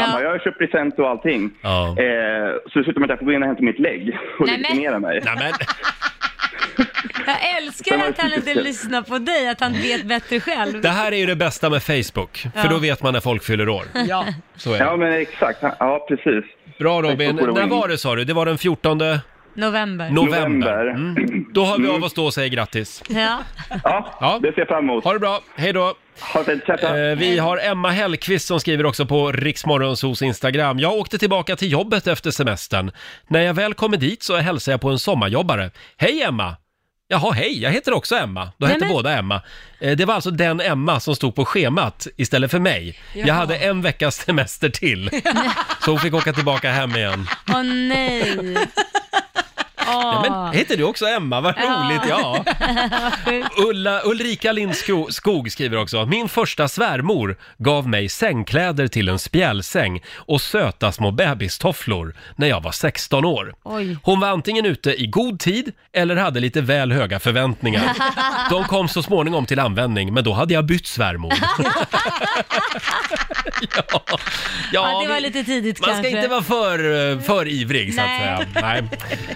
Speaker 11: Han bara, jag har köpt present och allting.
Speaker 1: Ja.
Speaker 11: Eh, så det slutar med att jag får gå in och hämta mitt lägg och
Speaker 3: Nej, men-
Speaker 11: legitimera mig.
Speaker 1: Nej, men,
Speaker 3: Jag älskar
Speaker 11: Den var
Speaker 3: att han inte
Speaker 11: typisk.
Speaker 3: lyssnar på dig, att han vet bättre själv.
Speaker 1: det här är ju det bästa med Facebook, för
Speaker 3: Ja.
Speaker 1: då vet man när folk fyller år.
Speaker 2: Ja.
Speaker 1: Så är
Speaker 11: Ja,
Speaker 1: det.
Speaker 11: men exakt. Han- Ja, precis.
Speaker 1: Bra Robin,
Speaker 11: Facebook går
Speaker 1: när
Speaker 11: in.
Speaker 1: var det sa du? Det var den 14
Speaker 3: November.
Speaker 1: november.
Speaker 11: November.
Speaker 1: Mm. Då hör vi av oss då och säger grattis.
Speaker 3: Ja.
Speaker 11: Ja,
Speaker 1: Ja.
Speaker 11: det ser jag fram emot.
Speaker 1: Ha
Speaker 11: Ha
Speaker 1: det bra, hej då!
Speaker 11: det fint. Tja, tja.
Speaker 1: Eh, vi har Emma Hellqvist som skriver också på Riksmorgonsos Instagram. Jag åkte tillbaka till jobbet efter semestern. När jag väl kommer dit så hälsar jag på en sommarjobbare. Hej Emma! Jaha, hej, jag heter också Emma. Då hette
Speaker 3: men-
Speaker 1: båda Emma. Eh, Det var alltså den Emma som stod på schemat istället för mig. Jag
Speaker 2: Jaha.
Speaker 1: hade en veckas semester till. Så hon fick åka tillbaka hem igen.
Speaker 3: Åh nej.
Speaker 1: Ja,
Speaker 3: Åh.
Speaker 1: men heter du också Emma? Vad
Speaker 3: Ja.
Speaker 1: roligt, ja. Ulla, Ulrika Lindskog skriver också, min första svärmor gav mig sängkläder till en spjälsäng och söta små bebistofflor när jag var 16 år.
Speaker 3: Oj.
Speaker 1: Hon var antingen ute i god tid eller hade lite väl höga förväntningar. De kom så småningom till användning, men då hade jag bytt svärmor. ja, ja,
Speaker 3: Ja, det var
Speaker 1: vi-
Speaker 3: lite tidigt
Speaker 1: man
Speaker 3: kanske.
Speaker 1: ska inte vara för, eh, för ivrig så att
Speaker 3: Nej.
Speaker 1: säga. Nej.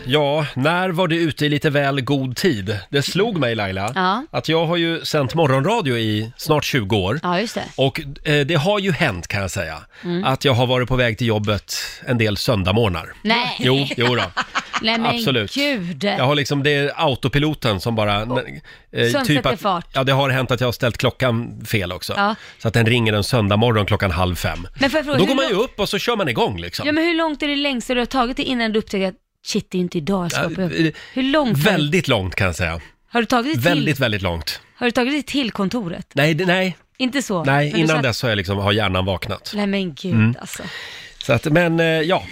Speaker 1: Ja, när var du ute i lite väl god tid? Det slog mig Laila,
Speaker 3: Ja.
Speaker 1: att jag har ju sänt morgonradio i snart 20 år.
Speaker 3: Ja, Mm. just det.
Speaker 1: Och eh, det har ju hänt kan jag säga, att jag har varit på väg till jobbet en del söndagmorgnar.
Speaker 3: Nej,
Speaker 1: Jo, jo då.
Speaker 3: nej men
Speaker 1: absolut.
Speaker 3: gud.
Speaker 1: Jag har liksom, det är autopiloten som bara... n- eh,
Speaker 3: Som sätter
Speaker 1: att,
Speaker 3: fart.
Speaker 1: Ja, det har hänt att jag har ställt klockan fel också.
Speaker 3: Ja.
Speaker 1: Så att den ringer en söndag morgon klockan halv fem.
Speaker 3: Men får jag fråga,
Speaker 1: Då
Speaker 3: hur
Speaker 1: går man ju
Speaker 3: lång-
Speaker 1: upp och så kör man igång liksom.
Speaker 3: Ja, men hur långt är det längsta du har tagit dig innan du upptäcker att shit, det är inte idag jag ska upp.
Speaker 1: Ja, eh,
Speaker 3: Hur långt har du,
Speaker 1: Väldigt långt kan jag säga.
Speaker 3: har du tagit dig till,
Speaker 1: Väldigt, väldigt långt.
Speaker 3: har du tagit dig till kontoret?
Speaker 1: Nej, det- nej,
Speaker 3: Inte så?
Speaker 1: nej
Speaker 3: Men du
Speaker 1: innan
Speaker 3: satt-
Speaker 1: dess Mm. har jag liksom, har hjärnan vaknat.
Speaker 3: Nej men gud alltså.
Speaker 1: Så att, men eh, ja,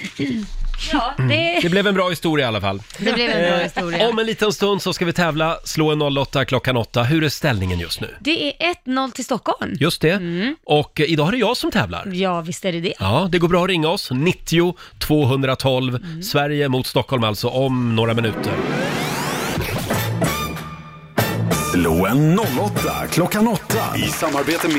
Speaker 3: Ja, det,
Speaker 1: Mm. det blev en bra historia i alla fall.
Speaker 3: det blev en bra
Speaker 1: Eh,
Speaker 3: historia.
Speaker 1: Om en liten stund så ska vi tävla, slå en 08 klockan 8. Hur är ställningen just nu?
Speaker 3: Det är 1-0 till Stockholm.
Speaker 1: Just det.
Speaker 3: Mm.
Speaker 1: Och eh, idag är det jag som tävlar.
Speaker 3: Ja, visst är det det.
Speaker 1: Ja, det går bra att ringa oss. 90 212.
Speaker 3: Mm.
Speaker 1: Sverige mot Stockholm alltså om några minuter.
Speaker 4: Slå en 08 klockan 8 i samarbete med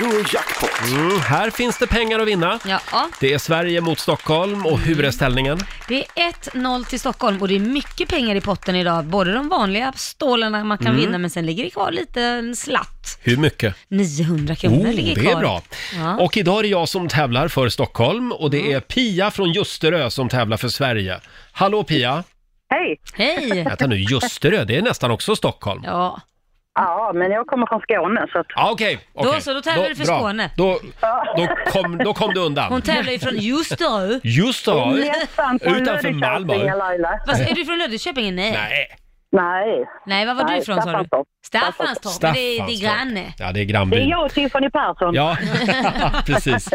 Speaker 4: Eurojackpot.
Speaker 1: Mm, här finns det pengar att vinna.
Speaker 3: Ja, ja.
Speaker 1: Det är Sverige mot Stockholm och hur är ställningen?
Speaker 3: det är 1-0 till Stockholm och det är mycket pengar i potten idag. Både de vanliga stålarna man kan
Speaker 1: Mm.
Speaker 3: vinna, men sen ligger det kvar lite en slatt.
Speaker 1: Hur mycket?
Speaker 3: 900 kronor
Speaker 1: Oh,
Speaker 3: ligger
Speaker 1: det
Speaker 3: kvar.
Speaker 1: är bra.
Speaker 3: Ja.
Speaker 1: Och idag är det jag som tävlar för Stockholm och det är Pia från Ljusterö som tävlar för Sverige. Hallå Pia!
Speaker 10: Hej!
Speaker 3: Hej!
Speaker 1: Vänta nu, Ljusterö, det är nästan också Stockholm.
Speaker 3: Ja,
Speaker 10: Ja, men jag kommer från Skåne så att...
Speaker 1: Ja, Ah, okej. okej.
Speaker 3: Då så, då tävlar du för
Speaker 1: bra.
Speaker 3: Skåne.
Speaker 1: Då, då, kom, då kom du undan.
Speaker 3: Hon tävlar ju från Ljusdö.
Speaker 1: Just då,
Speaker 3: Nästan från
Speaker 1: utanför Malmö.
Speaker 3: Vad, är du från Löddeköpinge? Nej.
Speaker 1: Nej.
Speaker 10: Nej.
Speaker 3: Nej, var var du
Speaker 10: Nej,
Speaker 3: ifrån sa du?
Speaker 10: Staffanstorp.
Speaker 3: Staffanstorp. Men Det är, det är
Speaker 1: Staffanstorp.
Speaker 3: granne.
Speaker 1: Ja, det är grannbyn.
Speaker 10: och Tiffany Persson.
Speaker 1: Ja, precis.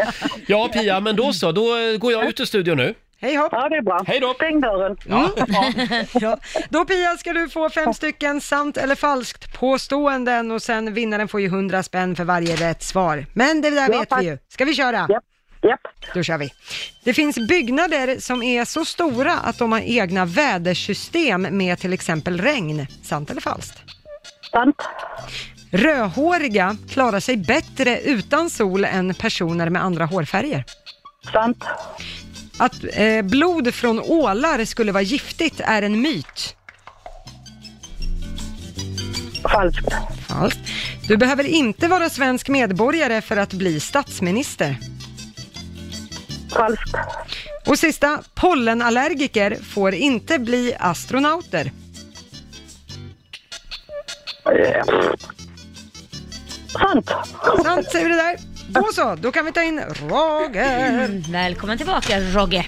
Speaker 1: Ja, Pia, men då så. Då eh, går jag ut ur studion nu.
Speaker 2: Hej hopp! Mm.
Speaker 10: Ja, det är bra.
Speaker 1: Hej då!
Speaker 10: Stäng dörren.
Speaker 1: Ja.
Speaker 2: ja. Då Pia ska du få fem stycken sant eller falskt påståenden och sen vinnaren får ju 100 spänn för varje rätt svar. Men det där
Speaker 10: Ja,
Speaker 2: vet
Speaker 10: tack.
Speaker 2: vi ju. Ska vi köra?
Speaker 10: Japp. Japp.
Speaker 2: Då kör vi. Det finns byggnader som är så stora att de har egna vädersystem med till exempel regn. Sant eller falskt?
Speaker 10: Sant.
Speaker 2: Rödhåriga klarar sig bättre utan sol än personer med andra hårfärger.
Speaker 10: Sant.
Speaker 2: Att eh, blod från ålar skulle vara giftigt är en myt.
Speaker 10: Falskt.
Speaker 2: Falskt. Du behöver inte vara svensk medborgare för att bli statsminister.
Speaker 10: Falskt.
Speaker 2: Och sista, pollenallergiker får inte bli astronauter.
Speaker 10: Eh, Sant.
Speaker 2: Sant säger vi det där. Då så, då kan vi ta in Roger.
Speaker 3: Välkommen tillbaka Rogge.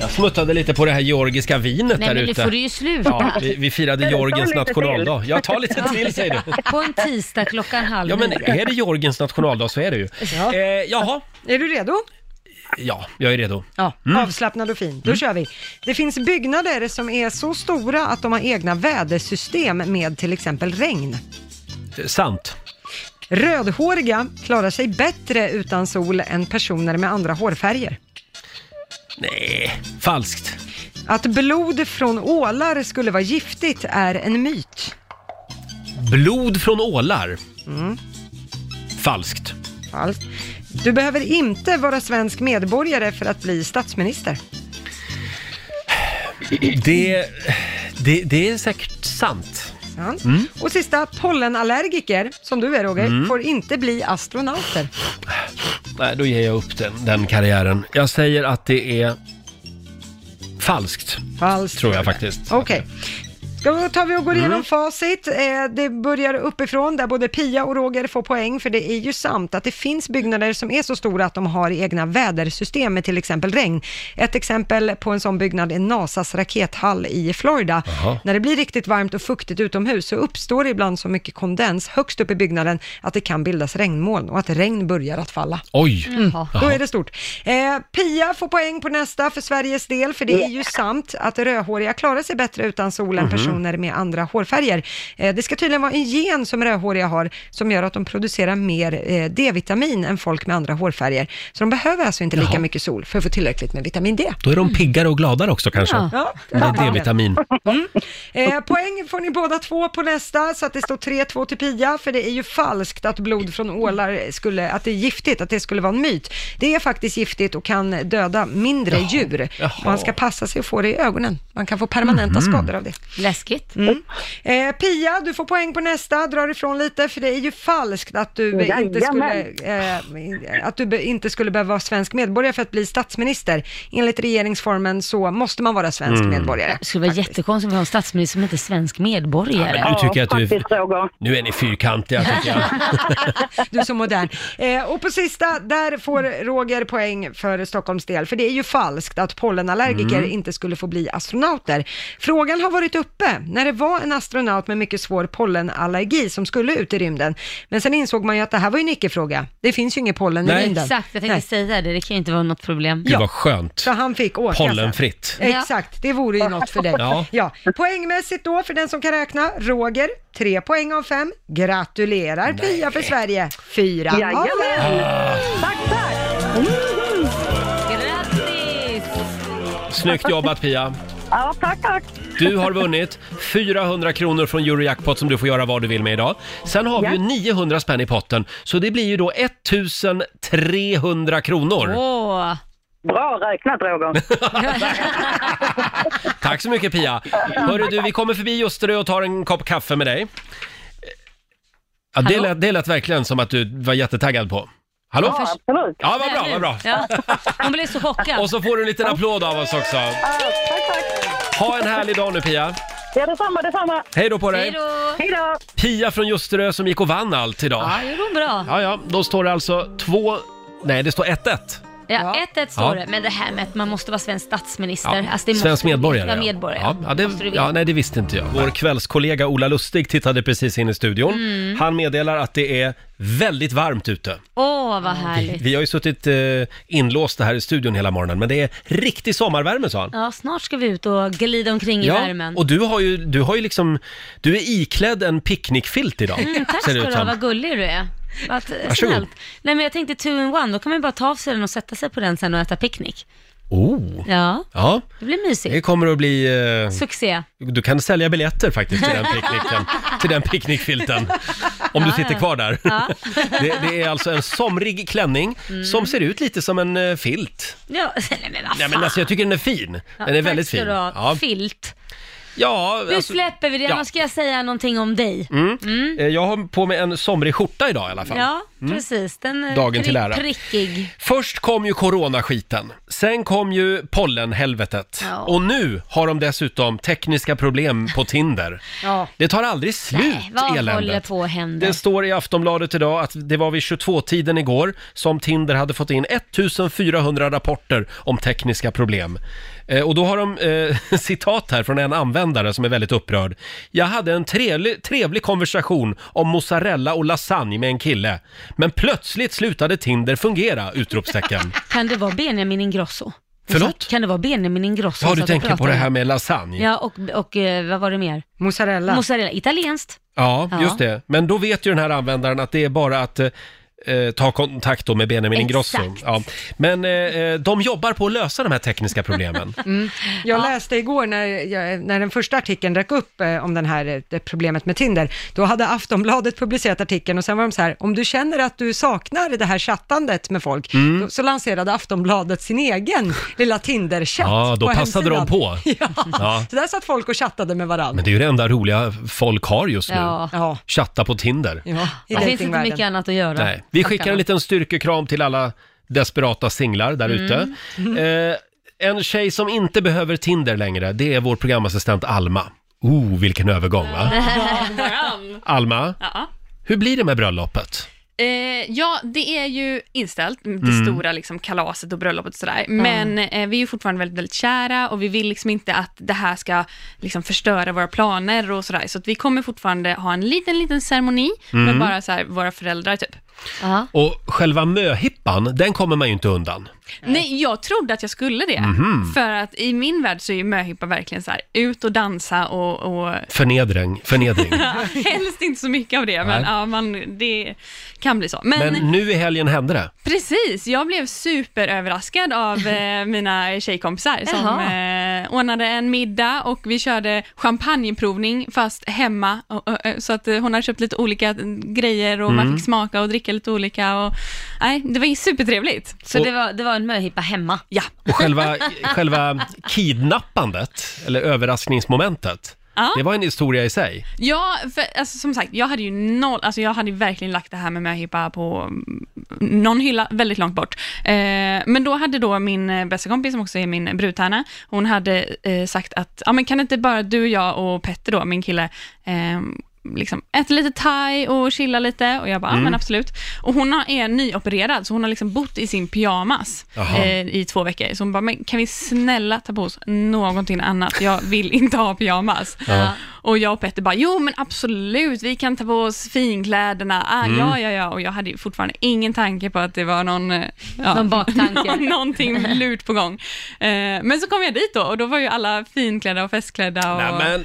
Speaker 1: Jag smuttade lite på det här georgiska vinet
Speaker 3: Nej
Speaker 1: där
Speaker 3: men nu
Speaker 1: ute.
Speaker 3: får du ju sluta.
Speaker 1: Ja, vi, vi firade
Speaker 3: Jag tar
Speaker 1: Georgiens
Speaker 3: lite
Speaker 1: nationaldag.
Speaker 3: till.
Speaker 1: Jag tar lite till säger du.
Speaker 3: På en tisdag klockan halv
Speaker 1: Ja men
Speaker 3: nio.
Speaker 1: är det Georgiens nationaldag så är det ju.
Speaker 2: Ja.
Speaker 1: Eh, jaha, Mm.
Speaker 2: Är du redo?
Speaker 1: ja, jag är redo.
Speaker 2: Ja, avslappnad och fin. Då kör vi. Det finns byggnader som är så stora att de har egna vädersystem med till exempel regn.
Speaker 1: Eh, Sant.
Speaker 2: Rödhåriga klarar sig bättre utan sol än personer med andra hårfärger.
Speaker 1: Nej, falskt.
Speaker 2: Att blod från ålar skulle vara giftigt är en myt.
Speaker 1: Blod från ålar.
Speaker 2: Mm.
Speaker 1: Falskt.
Speaker 2: Falskt. Du behöver inte vara svensk medborgare för att bli statsminister.
Speaker 1: Det, det, det är säkert sant.
Speaker 2: Sant. Och sista, pollenallergiker, som du är Roger, får inte bli astronauter.
Speaker 1: Nej, då ger jag upp den, den karriären. Jag säger att det är falskt,
Speaker 2: Falskt.
Speaker 1: tror jag faktiskt.
Speaker 2: Okej. Ska vi ta vi och går igenom facit. Eh, det börjar uppifrån där både Pia och Roger får poäng för det är ju sant att det finns byggnader som är så stora att de har egna vädersystem med till exempel regn. Ett exempel på en sån byggnad är NASAs rakethall i Florida.
Speaker 1: Jaha.
Speaker 2: När det blir riktigt varmt och fuktigt utomhus så uppstår ibland så mycket kondens högst upp i byggnaden att det kan bildas regnmoln och att regn börjar att falla.
Speaker 1: Oj!
Speaker 2: Mm. Då är det stort. Eh, Pia får poäng på nästa för Sveriges del, för det är ju sant att rödhåriga klarar sig bättre utan sol än personer med andra hårfärger. Eh, det ska tydligen vara en gen som rödhåriga har som gör att de producerar mer eh, D-vitamin än folk med andra hårfärger. Så de behöver alltså inte lika
Speaker 1: Jaha.
Speaker 2: mycket sol för att få tillräckligt med vitamin D.
Speaker 1: Då är de piggare och gladare också kanske.
Speaker 3: Ja.
Speaker 2: Ja,
Speaker 1: Det är D-vitamin.
Speaker 2: Eh, poäng får ni båda två på nästa, så att det står 3-2 till Pia, för det är ju falskt att blod från ålar skulle, att det är giftigt, att det skulle vara en myt. Det är faktiskt giftigt och kan döda mindre djur.
Speaker 1: jaha. Mm.
Speaker 2: Man ska passa sig att få det i ögonen. Man kan få permanenta skador av det.
Speaker 3: Läskigt.
Speaker 2: Mm. Eh, Pia, du får poäng på nästa, drar ifrån lite, för det är ju falskt att du, eh, inte skulle, eh, att du be, inte skulle behöva vara svensk medborgare för att bli statsminister. Enligt regeringsformen så måste man vara svensk
Speaker 1: Mm.
Speaker 2: medborgare.
Speaker 3: Det skulle vara jättekonstigt om vi har en statsminister som inte är svensk medborgare.
Speaker 1: Ja, men du tycker att du...
Speaker 10: faktiskt, Roger.
Speaker 1: Nu är ni fyrkantiga tycker jag.
Speaker 2: Du är så modern. Eh, och på sista, där får Roger poäng för Stockholms del, för det är ju falskt att pollenallergiker
Speaker 3: Mm.
Speaker 2: inte skulle få bli astronauter. Frågan har varit uppe när det var en astronaut med mycket svår pollenallergi som skulle ut i rymden, men sen insåg man ju att det här var ju en icke-fråga. Det finns ju inget pollen
Speaker 1: Nej.
Speaker 2: i rymden.
Speaker 3: Exakt, jag tänkte
Speaker 2: Nej.
Speaker 3: säga det. Det kan ju inte vara något problem.
Speaker 1: Gud vad skönt.
Speaker 2: Så han fick åka. sen.
Speaker 1: Pollenfritt.
Speaker 2: Exakt, det vore ju något för dig.
Speaker 1: Ja.
Speaker 2: Poängmässigt då, för den som kan räkna, Roger, tre poäng av fem. Gratulerar Pia för Sverige, fyra av fem.
Speaker 3: Grattis!
Speaker 1: Snyggt jobbat Pia.
Speaker 10: Ja, tack, tack.
Speaker 1: Du har vunnit 400 kronor från Eurojackpot som du får göra vad du vill med idag. Sen har vi ju 900 spänn i potten, så det blir ju då 1300 kronor.
Speaker 3: Åh,
Speaker 10: Bra räknat, Roger.
Speaker 1: Tack så mycket Pia! Hörru du, vi kommer förbi Ljusterö och tar en kopp kaffe med dig. Ja, det,
Speaker 3: Hallå?
Speaker 1: lät, det lät verkligen som att du var jättetaggad på. Hallå?
Speaker 10: Ja, absolut.
Speaker 1: Ja, vad
Speaker 3: där
Speaker 1: bra,
Speaker 3: nu.
Speaker 1: vad bra.
Speaker 3: Ja. Hon blev så chockad.
Speaker 1: Och så får du en liten applåd av oss också.
Speaker 10: Ja, tack, tack.
Speaker 1: Ha en härlig dag nu Pia!
Speaker 12: Ja, detsamma, detsamma.
Speaker 1: Hej då på dig.
Speaker 12: Hej då. Hej då.
Speaker 1: Pia från Ljusterö som gick och vann allt idag.
Speaker 3: Ja, det går bra.
Speaker 1: Ja, ja, då står det alltså två... Nej, det står 1-1.
Speaker 3: Ja, 1-1
Speaker 1: Ja.
Speaker 3: står det. Men det här med att man måste vara svensk statsminister.
Speaker 1: Ja.
Speaker 3: Alltså, det måste
Speaker 1: Svensk
Speaker 3: du veta.
Speaker 1: medborgare.
Speaker 3: Ja, medborgare.
Speaker 1: Ja, ja, det,
Speaker 3: Måste du veta.
Speaker 1: ja, nej, det visste inte jag. Vår kvällskollega Ola Lustig tittade precis in i studion.
Speaker 3: Mm.
Speaker 1: Han meddelar att det är väldigt varmt ute.
Speaker 3: Åh, vad härligt.
Speaker 1: Vi har ju suttit eh, inlåsta här i studion hela morgonen, men det är riktig sommarvärme sa han.
Speaker 3: Ja, snart ska vi ut och glida omkring i värmen.
Speaker 1: och du har ju, du har ju liksom, du är iklädd en picknickfilt idag.
Speaker 3: Mm, tack
Speaker 1: ser det
Speaker 3: ska
Speaker 1: ut
Speaker 3: du ha,
Speaker 1: som.
Speaker 3: vad gullig du är. Vad
Speaker 1: Varsågod.
Speaker 3: snällt. Nej men jag tänkte two in one, då kan man ju bara ta av sig den och sätta sig på den sen och äta picknick.
Speaker 1: Oh.
Speaker 3: Ja,
Speaker 1: Ja,
Speaker 3: det blir mysigt.
Speaker 1: det kommer att bli... eh,
Speaker 3: Succé.
Speaker 1: Du kan sälja biljetter faktiskt till den picknicken, till den picknickfilten. Om du sitter kvar där.
Speaker 3: Ja.
Speaker 1: Det, det är alltså en somrig klänning
Speaker 3: Mm.
Speaker 1: som ser ut lite som en eh, filt.
Speaker 3: Ja, nej men vad fan.
Speaker 1: Nej men alltså jag tycker den är fin.
Speaker 3: Ja,
Speaker 1: Den är väldigt
Speaker 3: tack ska
Speaker 1: fin.
Speaker 3: du ha.
Speaker 1: Ja.
Speaker 3: Filt.
Speaker 1: Ja,
Speaker 3: Nu
Speaker 1: alltså,
Speaker 3: släpper vi det,
Speaker 1: ja.
Speaker 3: annars ska jag säga någonting om dig.
Speaker 1: mm.
Speaker 3: Mm.
Speaker 1: Eh, Jag har på mig en somrig skjorta idag i alla fall.
Speaker 3: Ja,
Speaker 1: Mm.
Speaker 3: precis. Den är
Speaker 1: Dagen till
Speaker 3: prick-
Speaker 1: ära.
Speaker 3: prickig.
Speaker 1: Först kom ju coronaskiten, sen kom ju pollenhelvetet
Speaker 3: Ja.
Speaker 1: och nu har de dessutom tekniska problem på Tinder.
Speaker 3: Ja.
Speaker 1: Det tar aldrig slut,
Speaker 3: Eh, Vad håller
Speaker 1: eländet.
Speaker 3: på att hända?
Speaker 1: Det står i Aftonbladet idag att det var vid 22-tiden igår som Tinder hade fått in 1400 rapporter om tekniska problem. Eh, och då har de eh, citat här från en användare som är väldigt upprörd. Jag hade en trevlig, trevlig konversation om mozzarella och lasagne med en kille, men plötsligt slutade Tinder fungera! Utropstecken.
Speaker 3: Kan det vara Benjamin Ingrosso? Alltså,
Speaker 1: Förlåt?
Speaker 3: Kan det vara Benjamin Ingrosso?
Speaker 1: Ja,
Speaker 3: som
Speaker 1: du
Speaker 3: satt och
Speaker 1: tänker på
Speaker 3: pratade?
Speaker 1: det här med lasagne.
Speaker 3: Ja, och, och eh, vad var det mer?
Speaker 2: Mozzarella.
Speaker 3: Mozzarella, italienskt.
Speaker 1: Ja,
Speaker 3: Ja.
Speaker 1: just det. Men då vet ju den här användaren att det är bara att eh, eh, ta kontakt då med Benjamin Ingrosso.
Speaker 2: Exakt.
Speaker 1: Ja. Men eh, eh, de jobbar på att lösa de här tekniska problemen.
Speaker 2: Mm. Jag läste igår när, jag, när den första artikeln dök upp eh, om den här, eh, det problemet med Tinder, då hade Aftonbladet publicerat artikeln och sen var de så här, om du känner att du saknar det här chattandet med folk,
Speaker 1: Mm.
Speaker 2: då, så lanserade Aftonbladet sin egen lilla Tinder-chatt
Speaker 1: Ja, då
Speaker 2: på
Speaker 1: passade de
Speaker 2: hemsidan.
Speaker 1: på.
Speaker 2: Ja.
Speaker 1: Ja.
Speaker 2: så där satt folk och chattade med varandra.
Speaker 1: Men det är ju det enda roliga folk har just nu.
Speaker 2: Ja. Ja.
Speaker 1: Chatta på Tinder.
Speaker 2: Ja, i
Speaker 3: Det finns inte
Speaker 2: datingvärlden.
Speaker 3: mycket annat att göra.
Speaker 1: Nej. Vi skickar en liten styrkekram till alla desperata singlar där ute.
Speaker 2: Mm.
Speaker 1: Eh, en tjej som inte behöver Tinder längre, det är vår programassistent Alma. Oh, vilken övergång va?
Speaker 7: Varann.
Speaker 1: Alma,
Speaker 7: Ja.
Speaker 1: hur blir det med bröllopet?
Speaker 7: Eh, ja, det är ju inställt, det
Speaker 1: Mm.
Speaker 7: stora liksom, kalaset och bröllopet och sådär. Men eh, vi är ju fortfarande väldigt, väldigt kära och vi vill liksom inte att det här ska liksom, förstöra våra planer och sådär. Så att vi kommer fortfarande ha en liten, liten ceremoni
Speaker 1: Mm.
Speaker 7: med bara så här, våra föräldrar typ.
Speaker 1: Och själva möhippan, den kommer man ju inte undan.
Speaker 7: Nej, jag trodde att jag skulle det.
Speaker 1: Mhm.
Speaker 7: För att i min värld så är ju möhippa verkligen så här, ut och dansa och, och
Speaker 1: Förnedring, förnedring.
Speaker 7: helst inte så mycket av det, men
Speaker 1: Nej.
Speaker 7: ja, man, det kan bli så. Men,
Speaker 1: Men nu i helgen hände det.
Speaker 7: Precis, jag blev superöverraskad av eh, mina tjejkompisar som eh, ordnade en middag och vi körde champagneprovning fast hemma. Och, och, och, så att eh, hon hade köpt lite olika grejer och
Speaker 3: Mm.
Speaker 7: man fick smaka och dricka lite olika. Och, nej, det var ju supertrevligt.
Speaker 3: Så det, var, det var en möhippa hemma?
Speaker 7: Ja.
Speaker 1: Och själva, själva kidnappandet, eller överraskningsmomentet,
Speaker 7: Ja.
Speaker 1: det var en historia i sig.
Speaker 7: Ja, för, alltså, som sagt, jag hade ju noll, alltså jag hade ju verkligen lagt det här med möhippa på mm, någon hylla väldigt långt bort. Eh, men då hade då min eh, bästa kompis, som också är min brudtärna, hon hade eh, sagt att, ja men kan inte bara du, jag och Petter då, min kille, eh, liksom äta lite thai och chilla lite och jag bara, ja
Speaker 13: Mm.
Speaker 7: men absolut. Och hon har- är nyopererad, så hon har liksom bott i sin pyjamas
Speaker 13: Jaha.
Speaker 7: eh, i två veckor. Så hon bara, men kan vi snälla ta på oss någonting annat? Jag vill inte ha pyjamas.
Speaker 13: Ja.
Speaker 7: Och jag och Petter bara, jo men absolut, vi kan ta på oss finkläderna. Ah,
Speaker 13: Mm.
Speaker 7: Ja, ja, ja. Och jag hade ju fortfarande ingen tanke på att det var någon, eh, ja,
Speaker 3: Någon baktanke.
Speaker 7: någonting lurt på gång. Eh, men så kom jag dit då och då var ju alla finklädda och festklädda. Och...
Speaker 1: Nämen.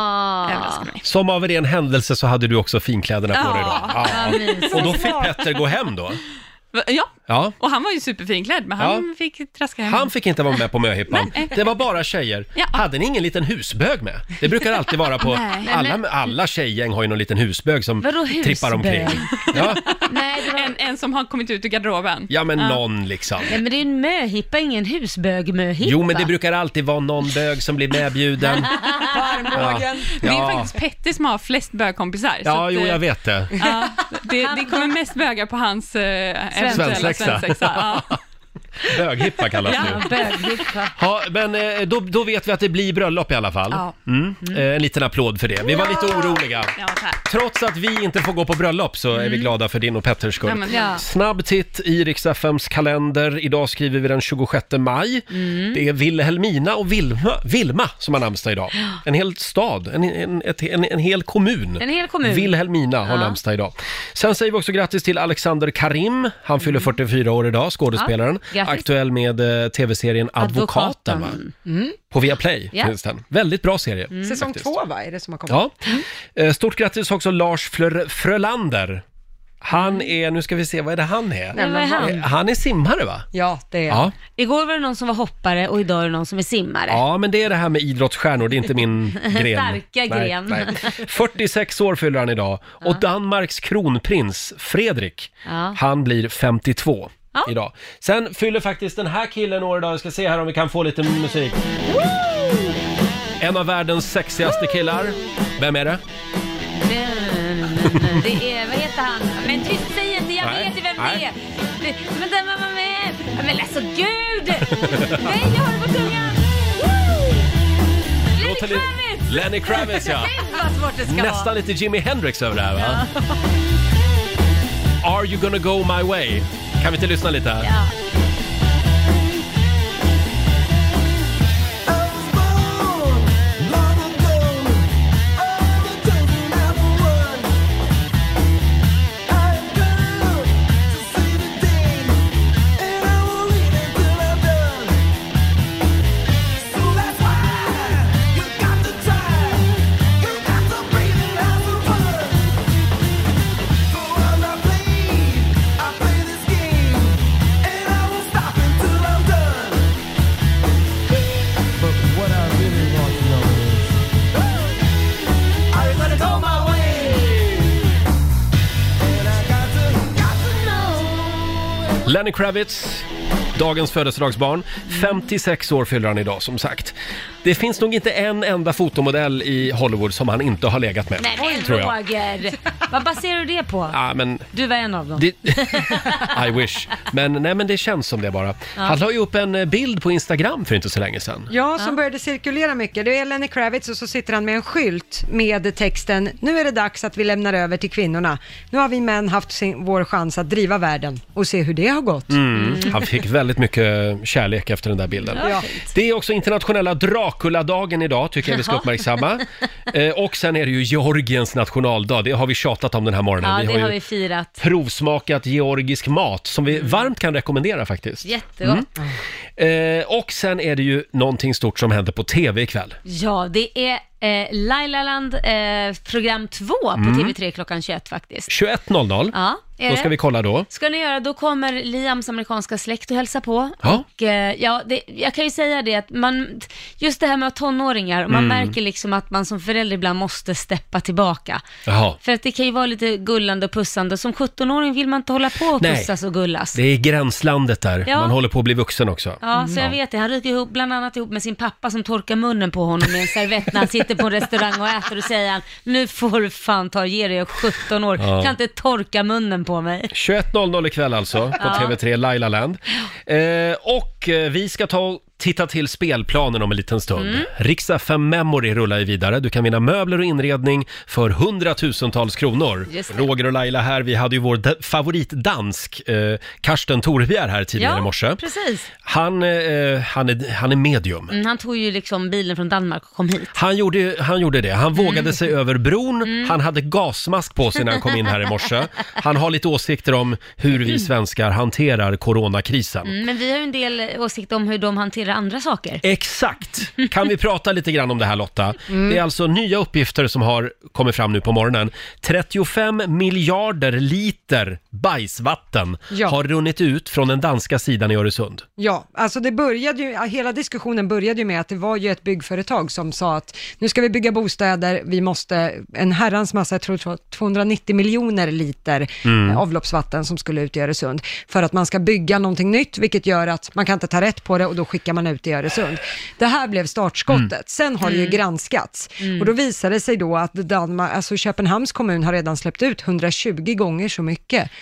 Speaker 3: Ah.
Speaker 1: Som av en ren händelse så hade du också finkläderna på
Speaker 7: Ja.
Speaker 1: dig då.
Speaker 7: Ja, mysigt.
Speaker 1: Och då fick Petter gå hem då.
Speaker 7: Va- Ja,
Speaker 1: Ja.
Speaker 7: och han var ju superfinklädd, men han fick traska hem.
Speaker 1: Han fick inte vara med på möhippan.
Speaker 7: Nej.
Speaker 1: Det var bara tjejer.
Speaker 7: Ja.
Speaker 1: Hade ni ingen liten husbög med? Det brukar alltid vara på...
Speaker 3: Nej.
Speaker 1: Alla, alla tjejgäng har ju någon liten husbög som
Speaker 7: Vadå
Speaker 1: trippar omkring.
Speaker 3: husbög?
Speaker 1: Ja,
Speaker 7: Nej, en, en som har kommit ut ur garderoben.
Speaker 1: ja men någon liksom.
Speaker 3: Nej men det är en möhippa, ingen husbög-möhippa.
Speaker 1: Jo, men det brukar alltid vara någon bög som blir medbjuden.
Speaker 7: Armbågen.
Speaker 1: Ja.
Speaker 7: Det är
Speaker 1: Ja.
Speaker 7: faktiskt Petter som har flest bögkompisar. så
Speaker 1: Ja,
Speaker 7: att,
Speaker 1: jo,
Speaker 7: eh,
Speaker 1: jag vet det.
Speaker 7: Ja, det, det kommer mest bögar på hans eh, eventuella
Speaker 1: Svensexa.
Speaker 7: svensexa. Ja.
Speaker 1: Böghippa kallas det ju.
Speaker 3: Ja, böghippa.
Speaker 1: Ja, men eh, då, då vet vi att det blir bröllop i alla fall.
Speaker 3: Ja.
Speaker 1: Mm. Eh, En liten applåd för det. Vi var lite oroliga.
Speaker 9: Ja, tack.
Speaker 1: Trots att vi inte får gå på bröllop så är vi
Speaker 9: Mm.
Speaker 1: glada för din och Petters skull.
Speaker 9: Ja, men ja.
Speaker 1: Snabb titt i Riks-FMs kalender. Idag skriver vi den 26 maj.
Speaker 9: Mm.
Speaker 1: Det är Wilhelmina och Vilma, Vilma som har namnsdag idag. En hel stad, en, en, ett, en, en hel kommun.
Speaker 3: En hel kommun.
Speaker 1: Vilhelmina har
Speaker 3: Ja.
Speaker 1: namnsdag idag. Sen säger vi också grattis till Alexander Karim. Han fyller 44 år idag, skådespelaren.
Speaker 3: Ja, grattis.
Speaker 1: Aktuell med eh, tv-serien Advokaten, va?
Speaker 2: Mm.
Speaker 1: På Viaplay
Speaker 2: Ja.
Speaker 1: finns den. Väldigt bra serie.
Speaker 3: Mm.
Speaker 2: Säsong
Speaker 1: faktiskt.
Speaker 2: två Mm. va, är det som har kommit?
Speaker 1: Ja. Eh, Stort grattis också Lars Frö- Frölander. Han är, nu ska vi se, vad är det han är?
Speaker 3: Mm. Nej, vad är han?
Speaker 1: Eh, Han är simmare va?
Speaker 2: Ja, det är
Speaker 1: Ja.
Speaker 3: Igår var det någon som var hoppare och idag är det någon som är simmare.
Speaker 1: ja, men det är det här med idrottsstjärnor, det är inte min gren.
Speaker 3: Starka gren.
Speaker 1: 46 år fyller han idag och Danmarks kronprins Fredrik,
Speaker 3: Ja.
Speaker 1: han blir 52
Speaker 3: Ja.
Speaker 1: idag. Sen fyller faktiskt den här killen år idag, jag ska se här om vi kan få lite musik. En av världens sexigaste killar. Vem är det?
Speaker 3: Det är, vad heter han? Men tyst, säg inte, jag
Speaker 1: Nej,
Speaker 3: vet ju vem det
Speaker 1: nej.
Speaker 3: är. Det- Men den var med. Ja, Men alltså gud! Nej, jag har det på tungan. Woo! Lenny
Speaker 1: Låter lite-
Speaker 3: Kravitz!
Speaker 1: Lenny Kravitz, ja.
Speaker 3: Gud vad svårt det ska
Speaker 1: Nästan lite Jimi Hendrix över det här va? Are you gonna go my way? Kan vi inte lyssna lite?
Speaker 3: vara. Ja.
Speaker 1: Lenny Kravitz, dagens födelsedagsbarn. 56 år fyller han idag som sagt. Det finns nog inte en enda fotomodell i Hollywood som han inte har legat med.
Speaker 3: Nej men
Speaker 1: tror jag.
Speaker 3: Roger, vad baserar du det på?
Speaker 1: Ja, men
Speaker 3: Du var en av dem.
Speaker 1: Det- I wish. Men, nej, men det känns som det bara.
Speaker 2: Ja.
Speaker 1: Han la ju upp en eh, bild på Instagram för inte så länge sedan.
Speaker 2: Ja, som började cirkulera mycket. Det är Lenny Kravitz och så sitter han med en skylt med texten “Nu är det dags att vi lämnar över till kvinnorna. Nu har vi män haft sin, vår chans att driva världen och se hur det har gått.”
Speaker 1: Mm. Han fick väldigt mycket kärlek efter den där bilden.
Speaker 2: Ja.
Speaker 1: Det är också internationella Draculadagen idag, tycker jag vi ska
Speaker 3: Jaha.
Speaker 1: uppmärksamma. Eh, och sen är det ju Georgiens nationaldag, det har vi tjatat om den här morgonen.
Speaker 3: Ja,
Speaker 1: vi
Speaker 3: det
Speaker 1: har ju
Speaker 3: har vi Mm. firat.
Speaker 1: provsmakat georgisk mat som vi varmt kan rekommendera faktiskt.
Speaker 3: Jättegott.
Speaker 1: Mm. Eh, och sen är det ju någonting stort som händer på tv ikväll.
Speaker 3: Ja, det är eh, Lailaland eh, program 2 på
Speaker 1: Mm.
Speaker 3: TV3 klockan 21 faktiskt.
Speaker 1: 21.00,
Speaker 3: Ja, är
Speaker 1: då ska
Speaker 3: det?
Speaker 1: vi kolla då.
Speaker 3: ska ni göra, då kommer Liams amerikanska släkt och hälsa på.
Speaker 1: Ja.
Speaker 3: Och, eh, ja, det, jag kan ju säga det att man, just det här med att ha tonåringar, man
Speaker 1: Mm.
Speaker 3: märker liksom att man som förälder ibland måste steppa tillbaka.
Speaker 1: Jaha.
Speaker 3: För att det kan ju vara lite gullande och pussande, som 17-åring vill man inte hålla på och
Speaker 1: Nej.
Speaker 3: pussas och gullas.
Speaker 1: Det är gränslandet där,
Speaker 3: Ja.
Speaker 1: man håller på att bli vuxen också. Mm.
Speaker 3: Ja, så jag vet det. Han ryker ihop, bland annat ihop med sin pappa som torkar munnen på honom med en servett när han sitter på en restaurang och äter och säger han, nu får du fan ta och ge dig, jag är 17 år,
Speaker 1: Ja.
Speaker 3: kan inte torka munnen på mig.
Speaker 1: 21.00 ikväll alltså på
Speaker 3: Ja.
Speaker 1: TV3 Laila Land. Eh, och eh, vi ska ta och titta till spelplanen om en liten stund.
Speaker 3: Mm.
Speaker 1: Riksdag 5 Memory rullar ju vidare. Du kan vinna möbler och inredning för hundratusentals kronor.
Speaker 3: Just det.
Speaker 1: Roger och Laila här, vi hade ju vår da- favoritdansk eh, Karsten Torebjer här tidigare i morse.
Speaker 3: precis.
Speaker 1: Han, eh, han, är, han är medium.
Speaker 3: Mm, han tog ju liksom bilen från Danmark och kom hit.
Speaker 1: Han gjorde, han gjorde det. Han
Speaker 3: Mm.
Speaker 1: vågade sig över bron. Han hade gasmask på sig när han kom in här i morse. Han har lite åsikter om hur vi svenskar hanterar coronakrisen.
Speaker 3: Mm, men vi har ju en del åsikt om hur de hanterar andra saker.
Speaker 1: Exakt! Kan vi prata lite grann om det här Lotta?
Speaker 3: Mm.
Speaker 1: Det är alltså nya uppgifter som har kommit fram nu på morgonen. 35 miljarder liter bajsvatten
Speaker 2: Ja.
Speaker 1: har runnit ut från den danska sidan i Öresund.
Speaker 2: Ja, alltså det började ju, hela diskussionen började ju med att det var ju ett byggföretag som sa att nu ska vi bygga bostäder, vi måste, en herrans massa, jag tror det var 290 miljoner liter
Speaker 14: Mm.
Speaker 2: eh, avloppsvatten som skulle ut i Öresund, för att man ska bygga någonting nytt, vilket gör att man kan inte ta rätt på det och då skickar man ut det i Öresund. Det här blev startskottet.
Speaker 14: Mm.
Speaker 2: Sen har det ju
Speaker 14: Mm.
Speaker 2: granskats
Speaker 14: Mm.
Speaker 2: och då visade det sig då att Danmark, alltså Köpenhamns kommun har redan släppt ut 120 gånger så mycket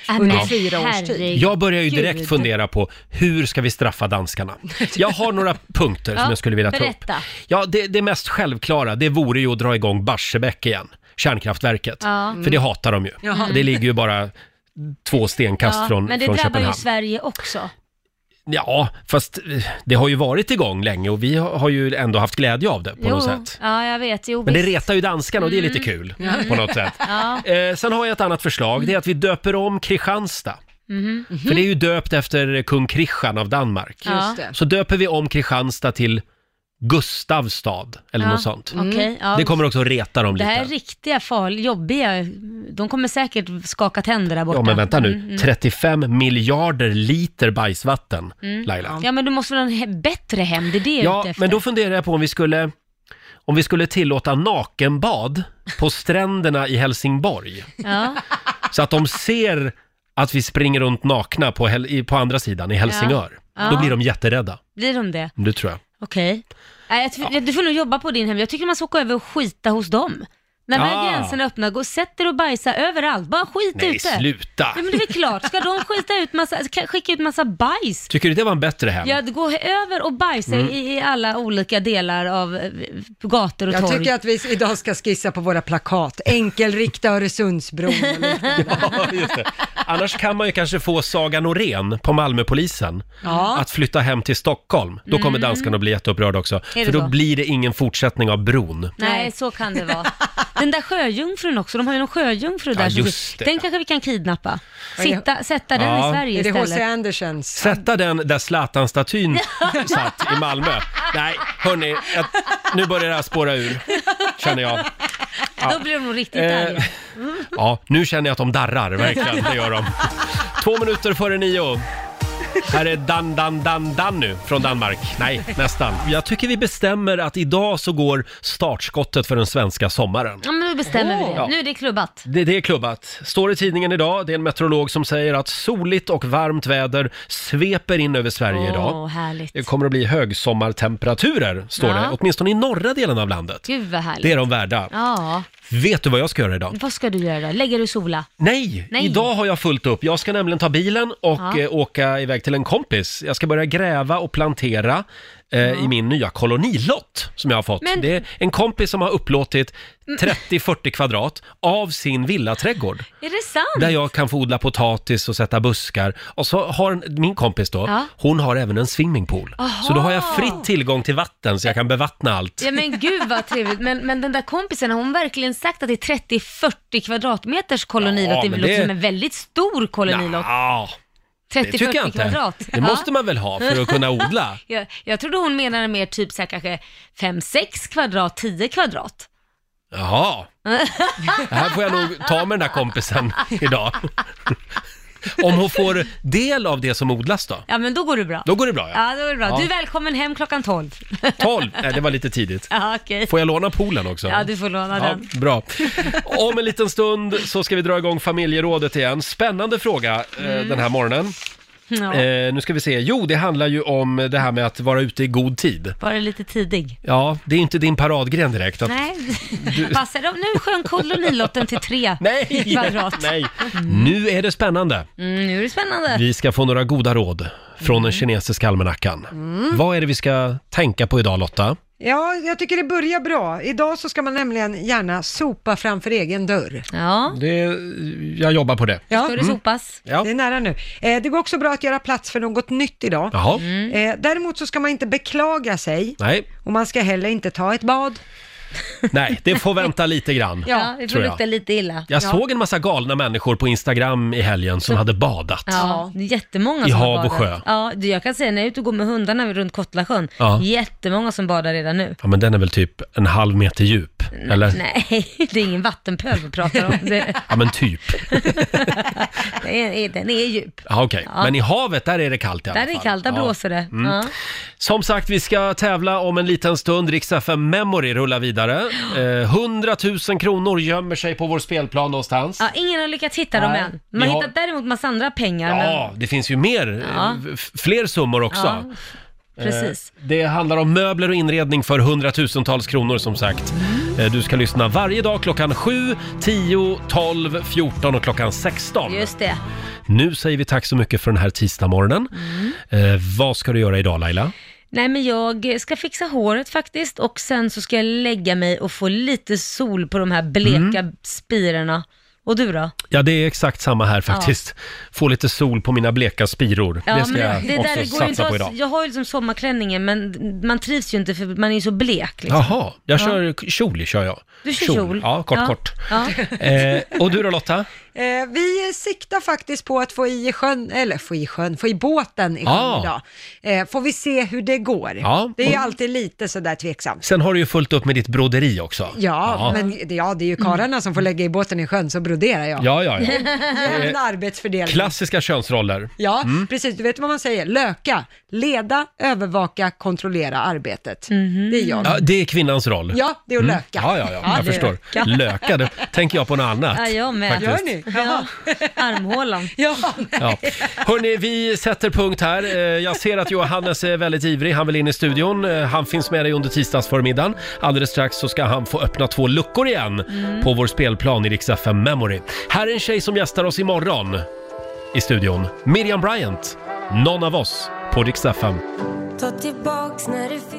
Speaker 3: Äh,
Speaker 2: Ah, under men fyra års tid.
Speaker 1: Jag börjar ju direkt fundera på hur ska vi straffa danskarna? Jag har några punkter som
Speaker 3: Ja,
Speaker 1: jag skulle vilja ta upp.
Speaker 3: berätta.
Speaker 1: Ja, det, det mest självklara, det vore ju att dra igång Barsebäck igen, kärnkraftverket.
Speaker 3: Ja.
Speaker 1: För det hatar de ju.
Speaker 3: Jaha.
Speaker 1: Det ligger ju bara två stenkast från,
Speaker 3: men det
Speaker 1: från
Speaker 3: drabbar ju
Speaker 1: Köpenhamn.
Speaker 3: Sverige också.
Speaker 1: Ja, fast eh, det har ju varit igång länge och vi har har ju ändå haft glädje av det på
Speaker 3: jo,
Speaker 1: något sätt.
Speaker 3: Ja, jag vet. Jo,
Speaker 1: Men det
Speaker 3: visst.
Speaker 1: retar ju danskarna och det är lite kul
Speaker 3: Mm.
Speaker 1: på något sätt.
Speaker 3: Ja.
Speaker 1: Eh, sen har jag ett annat förslag, det är att vi döper om Kristianstad.
Speaker 3: Mhm.
Speaker 1: För det är ju döpt efter kung Kristian av Danmark.
Speaker 3: Ja. Just det.
Speaker 1: Så döper vi om Kristianstad till Gustavstad eller
Speaker 3: Ja, Mm.
Speaker 1: något sånt.
Speaker 3: okej, ja.
Speaker 1: Det kommer också att reta dem
Speaker 3: Det här är
Speaker 1: lite.
Speaker 3: riktiga farliga, jobbiga. De kommer säkert skaka tänder där borta.
Speaker 1: Ja men vänta nu,
Speaker 3: Mm, mm.
Speaker 1: 35 miljarder liter bajsvatten,
Speaker 3: Mm.
Speaker 1: Laila.
Speaker 3: Ja men du måste väl ha en he- bättre hem, det är det jag är
Speaker 1: Ja,
Speaker 3: ute efter.
Speaker 1: men då funderar jag på om vi skulle, om vi skulle tillåta nakenbad på stränderna i Helsingborg.
Speaker 3: Ja.
Speaker 1: Så att de ser att vi springer runt nakna på, Hel- i- på andra sidan i Helsingör.
Speaker 3: Ja.
Speaker 1: Då blir de jätterädda.
Speaker 3: Blir de det?
Speaker 1: Det tror jag.
Speaker 3: Okej. Nej, jag tror- Du får nog jobba på din hem. Jag tycker man ska åka över och skita hos dem. När väl
Speaker 1: Ah.
Speaker 3: gränserna öppnar, gå och sätt dig och bajsa överallt. Bara skit
Speaker 1: Nej,
Speaker 3: ute.
Speaker 1: sluta.
Speaker 3: Ja, men det är väl klart. Ska de skita ut massa, ska- skicka ut massa bajs?
Speaker 1: Tycker du det var en bättre hem?
Speaker 3: Ja, gå över och bajsa
Speaker 1: Mm.
Speaker 3: i, i alla olika delar av eh, gator och
Speaker 2: Jag
Speaker 3: torg.
Speaker 2: tycker att vi idag ska skissa på våra plakat. Enkelrikta Öresundsbron.
Speaker 1: Ja, just det. Annars kan man ju kanske få Saga Norén på Malmöpolisen
Speaker 2: Ja.
Speaker 1: att flytta hem till Stockholm. Då kommer danskarna att bli jätteupprörda också.
Speaker 3: Mm. det
Speaker 1: För då
Speaker 3: så?
Speaker 1: blir det ingen fortsättning av bron.
Speaker 3: Nej, så kan det vara. Den där sjöjungfrun också, de har ju någon sjöjungfru
Speaker 1: Ja,
Speaker 3: där. som-
Speaker 1: just det.
Speaker 3: Den kanske vi kan kidnappa. Sitta, sätta den
Speaker 1: Ja.
Speaker 3: i Sverige
Speaker 1: Är det H.C.
Speaker 3: istället.
Speaker 2: Andersens?
Speaker 1: Sätta den där Zlatan-statyn satt i Malmö. Nej, hörni, jag, nu börjar det här spåra ur, känner jag. Ja.
Speaker 3: Då blir de nog riktigt
Speaker 1: Eh,
Speaker 3: arga. Mm.
Speaker 1: Ja, nu känner jag att de darrar, verkligen. Det gör de. Två minuter före nio. Här är Dan Dan Dan Danny från Danmark. Nej, nästan. Jag tycker vi bestämmer att idag så går startskottet för den svenska sommaren.
Speaker 3: Ja, men nu bestämmer vi
Speaker 1: Ja.
Speaker 3: det. Nu är det klubbat.
Speaker 1: Det, det är klubbat. Står i tidningen idag, det är en meteorolog som säger att soligt och varmt väder sveper in över Sverige
Speaker 3: Åh,
Speaker 1: idag.
Speaker 3: härligt.
Speaker 1: Det kommer att bli högsommartemperaturer, står
Speaker 3: Ja.
Speaker 1: det. Åtminstone i norra delen av landet.
Speaker 3: Gud vad härligt.
Speaker 1: Det är de värda.
Speaker 3: Ja.
Speaker 1: Vet du vad jag ska göra idag?
Speaker 3: Vad ska du göra då? Lägger du sola?
Speaker 1: Nej,
Speaker 3: Nej.
Speaker 1: idag har jag fullt upp. Jag ska nämligen ta bilen och
Speaker 3: Ja.
Speaker 1: eh, åka iväg till en kompis. Jag ska börja gräva och plantera eh, i min nya kolonilott som jag har fått.
Speaker 3: Men- Mm.
Speaker 1: Det är en kompis som har upplåtit 30-40 kvadrat av sin villaträdgård.
Speaker 3: Är det sant?
Speaker 1: Där jag kan få odla potatis och sätta buskar. Och så har en- min kompis då,
Speaker 3: Ja.
Speaker 1: hon har även en swimmingpool. Så då har jag fritt tillgång till vatten så jag kan bevattna allt.
Speaker 3: Ja men gud vad trevligt. Men, men den där kompisen, har hon verkligen sagt att det är 30-40 kvadratmeters kolonilott?
Speaker 1: Ja,
Speaker 3: det är
Speaker 1: men
Speaker 3: väl
Speaker 1: det-
Speaker 3: också som en väldigt stor kolonilott?
Speaker 1: Ja, det
Speaker 3: 30-40
Speaker 1: tycker jag inte.
Speaker 3: kvadrat.
Speaker 1: Det måste man väl ha för att kunna odla.
Speaker 3: jag, jag trodde hon menade mer typ så här kanske 5-6 kvadrat, 10 kvadrat.
Speaker 1: Jaha. Det här får jag nog ta med den där kompisen idag. Om hon får del av det som odlas då?
Speaker 3: Ja men då går det bra.
Speaker 1: Då går det bra ja.
Speaker 3: Ja, då går det bra.
Speaker 1: Ja.
Speaker 3: Du är välkommen hem klockan 12.
Speaker 1: 12, nej det var lite tidigt.
Speaker 3: Ja, okej.
Speaker 1: Får jag låna poolen också?
Speaker 3: Ja, du får låna
Speaker 1: Ja,
Speaker 3: den.
Speaker 1: bra. Om en liten stund så ska vi dra igång familjerådet igen. Spännande fråga eh,
Speaker 3: Mm.
Speaker 1: den här morgonen.
Speaker 3: Ja.
Speaker 1: Eh, nu ska vi se. Jo, det handlar ju om det här med att vara ute i god tid.
Speaker 3: Var det lite tidig?
Speaker 1: Ja, det är inte din paradgren direkt. Att
Speaker 3: Nej, passar de? Nu sjönk kolonilotten till 3 kvadrat.
Speaker 1: Nej, nu är det spännande.
Speaker 3: Mm, nu är det spännande.
Speaker 1: Vi ska få några goda råd från
Speaker 3: Mm.
Speaker 1: den kinesiska almanackan. Vad är det vi ska tänka på idag Lotta?
Speaker 2: Mm. Ja, jag tycker det börjar bra. Idag så ska man nämligen gärna sopa framför egen dörr.
Speaker 3: Ja.
Speaker 1: Det, jag jobbar på det.
Speaker 2: Ja.
Speaker 3: Ska det sopas?
Speaker 2: Det är nära nu. Eh, det går också bra att göra plats för något nytt idag.
Speaker 1: Jaha.
Speaker 3: Mm.
Speaker 2: Eh, däremot så ska man inte beklaga sig
Speaker 1: Nej,
Speaker 2: och man ska heller inte ta ett bad.
Speaker 1: nej, det får vänta lite grann.
Speaker 3: Ja, det får
Speaker 1: tror jag.
Speaker 3: lukta lite illa.
Speaker 1: Jag såg en massa galna människor på Instagram i helgen som hade badat.
Speaker 3: Ja, det är jättemånga
Speaker 1: I
Speaker 3: som
Speaker 1: hav
Speaker 3: har
Speaker 1: och
Speaker 3: badat.
Speaker 1: sjö.
Speaker 3: Ja, du, jag kan säga när jag är ute och går med hundarna runt Kottlasjön,
Speaker 1: Ja.
Speaker 3: jättemånga som badar redan nu.
Speaker 1: Ja, men den är väl typ en halv meter djup, eller?
Speaker 3: Mm, Nej, det är ingen vattenpöl vi pratar om. Det,
Speaker 1: Ja, men typ.
Speaker 3: det är, den är djup.
Speaker 1: Ja, okej.
Speaker 3: Ja.
Speaker 1: Men i havet, där är det kallt i alla
Speaker 3: Där är
Speaker 1: fall.
Speaker 3: det kallt, där
Speaker 1: Ja.
Speaker 3: blåser det.
Speaker 1: Mm.
Speaker 3: Ja.
Speaker 1: Som sagt, vi ska tävla om en liten stund. Riksdag för Memory rullar vidare. Eh, 100 000 kronor gömmer sig på vår spelplan någonstans.
Speaker 3: Ja, ingen har lyckats hitta dem
Speaker 1: Nej.
Speaker 3: än.
Speaker 1: Vi
Speaker 3: Man har
Speaker 1: har-
Speaker 3: hittat däremot massa andra pengar.
Speaker 1: Ja,
Speaker 3: Men...
Speaker 1: det finns ju mer,
Speaker 3: Ja.
Speaker 1: eh, f- fler summor också.
Speaker 3: Ja, precis.
Speaker 1: Eh, Det handlar om möbler och inredning för hundratusentals kronor som sagt.
Speaker 3: Mm.
Speaker 1: Eh, Du ska lyssna varje dag klockan 7, 10, 12, 14 och klockan 16.
Speaker 3: Just det.
Speaker 1: Nu säger vi tack så mycket för den här tisdagsmorgonen.
Speaker 3: Mm.
Speaker 1: Eh, vad ska du göra idag Laila?
Speaker 3: Nej men jag ska fixa håret faktiskt och sen så ska jag lägga mig och få lite sol på de här bleka
Speaker 1: Mm.
Speaker 3: spirorna. Och du då?
Speaker 1: Ja, det är exakt samma här faktiskt. Få lite sol på mina bleka spiror. det ska jag
Speaker 3: det
Speaker 1: också
Speaker 3: där går ju inte
Speaker 1: satsa på
Speaker 3: att-
Speaker 1: idag.
Speaker 3: Jag har ju liksom sommarklänningen men man trivs ju inte för man är ju så blek. Liksom.
Speaker 1: Jaha, jag
Speaker 3: Ja.
Speaker 1: kör kjol kör jag.
Speaker 3: Du kör kjol?
Speaker 1: Ja, kort
Speaker 3: Ja.
Speaker 1: kort.
Speaker 3: Ja.
Speaker 1: Eh, och du då Lotta?
Speaker 2: Eh, vi siktar faktiskt på att få i sjön, eller få i sjön, få i båten i sjön
Speaker 1: Ah.
Speaker 2: idag. Eh, får vi se hur det går.
Speaker 1: Ja,
Speaker 2: Det är ju
Speaker 1: och-
Speaker 2: alltid lite sådär tveksamt.
Speaker 1: Sen har du ju fullt upp med ditt broderi också.
Speaker 2: Ja, men det- ja, det är ju karlarna som får lägga i båten i sjön, så broderar jag.
Speaker 1: Ja, ja, ja.
Speaker 2: Jämn
Speaker 1: Eh,
Speaker 2: arbetsfördelning.
Speaker 1: Klassiska könsroller.
Speaker 2: Ja,
Speaker 1: Mm.
Speaker 2: precis. Du vet vad man säger? Löka. Leda, övervaka, kontrollera arbetet. Det är jag.
Speaker 1: Ja, det är kvinnans roll.
Speaker 2: Ja, det är att
Speaker 1: Mm.
Speaker 2: löka.
Speaker 1: Ja, ja, ja, jag
Speaker 2: det är
Speaker 1: förstår.
Speaker 2: löka.
Speaker 1: Löka, det tänker jag på något annat.
Speaker 3: Ja, jag med.
Speaker 1: faktiskt.
Speaker 3: Ja. Armhålan.
Speaker 2: ja,
Speaker 1: Ja. Hörni, vi sätter punkt här. Eh, Jag ser att Johannes är väldigt ivrig. Han vill in i studion. Eh, Han finns med dig under tisdagsförmiddagen. Alldeles strax så ska han få öppna två luckor igen
Speaker 2: Mm.
Speaker 1: på vår spelplan i Rix FM Memory. Här är en tjej som gästar oss imorgon i studion. Miriam Bryant, någon av oss på Rix FM.
Speaker 15: Ta tillbaks när det finns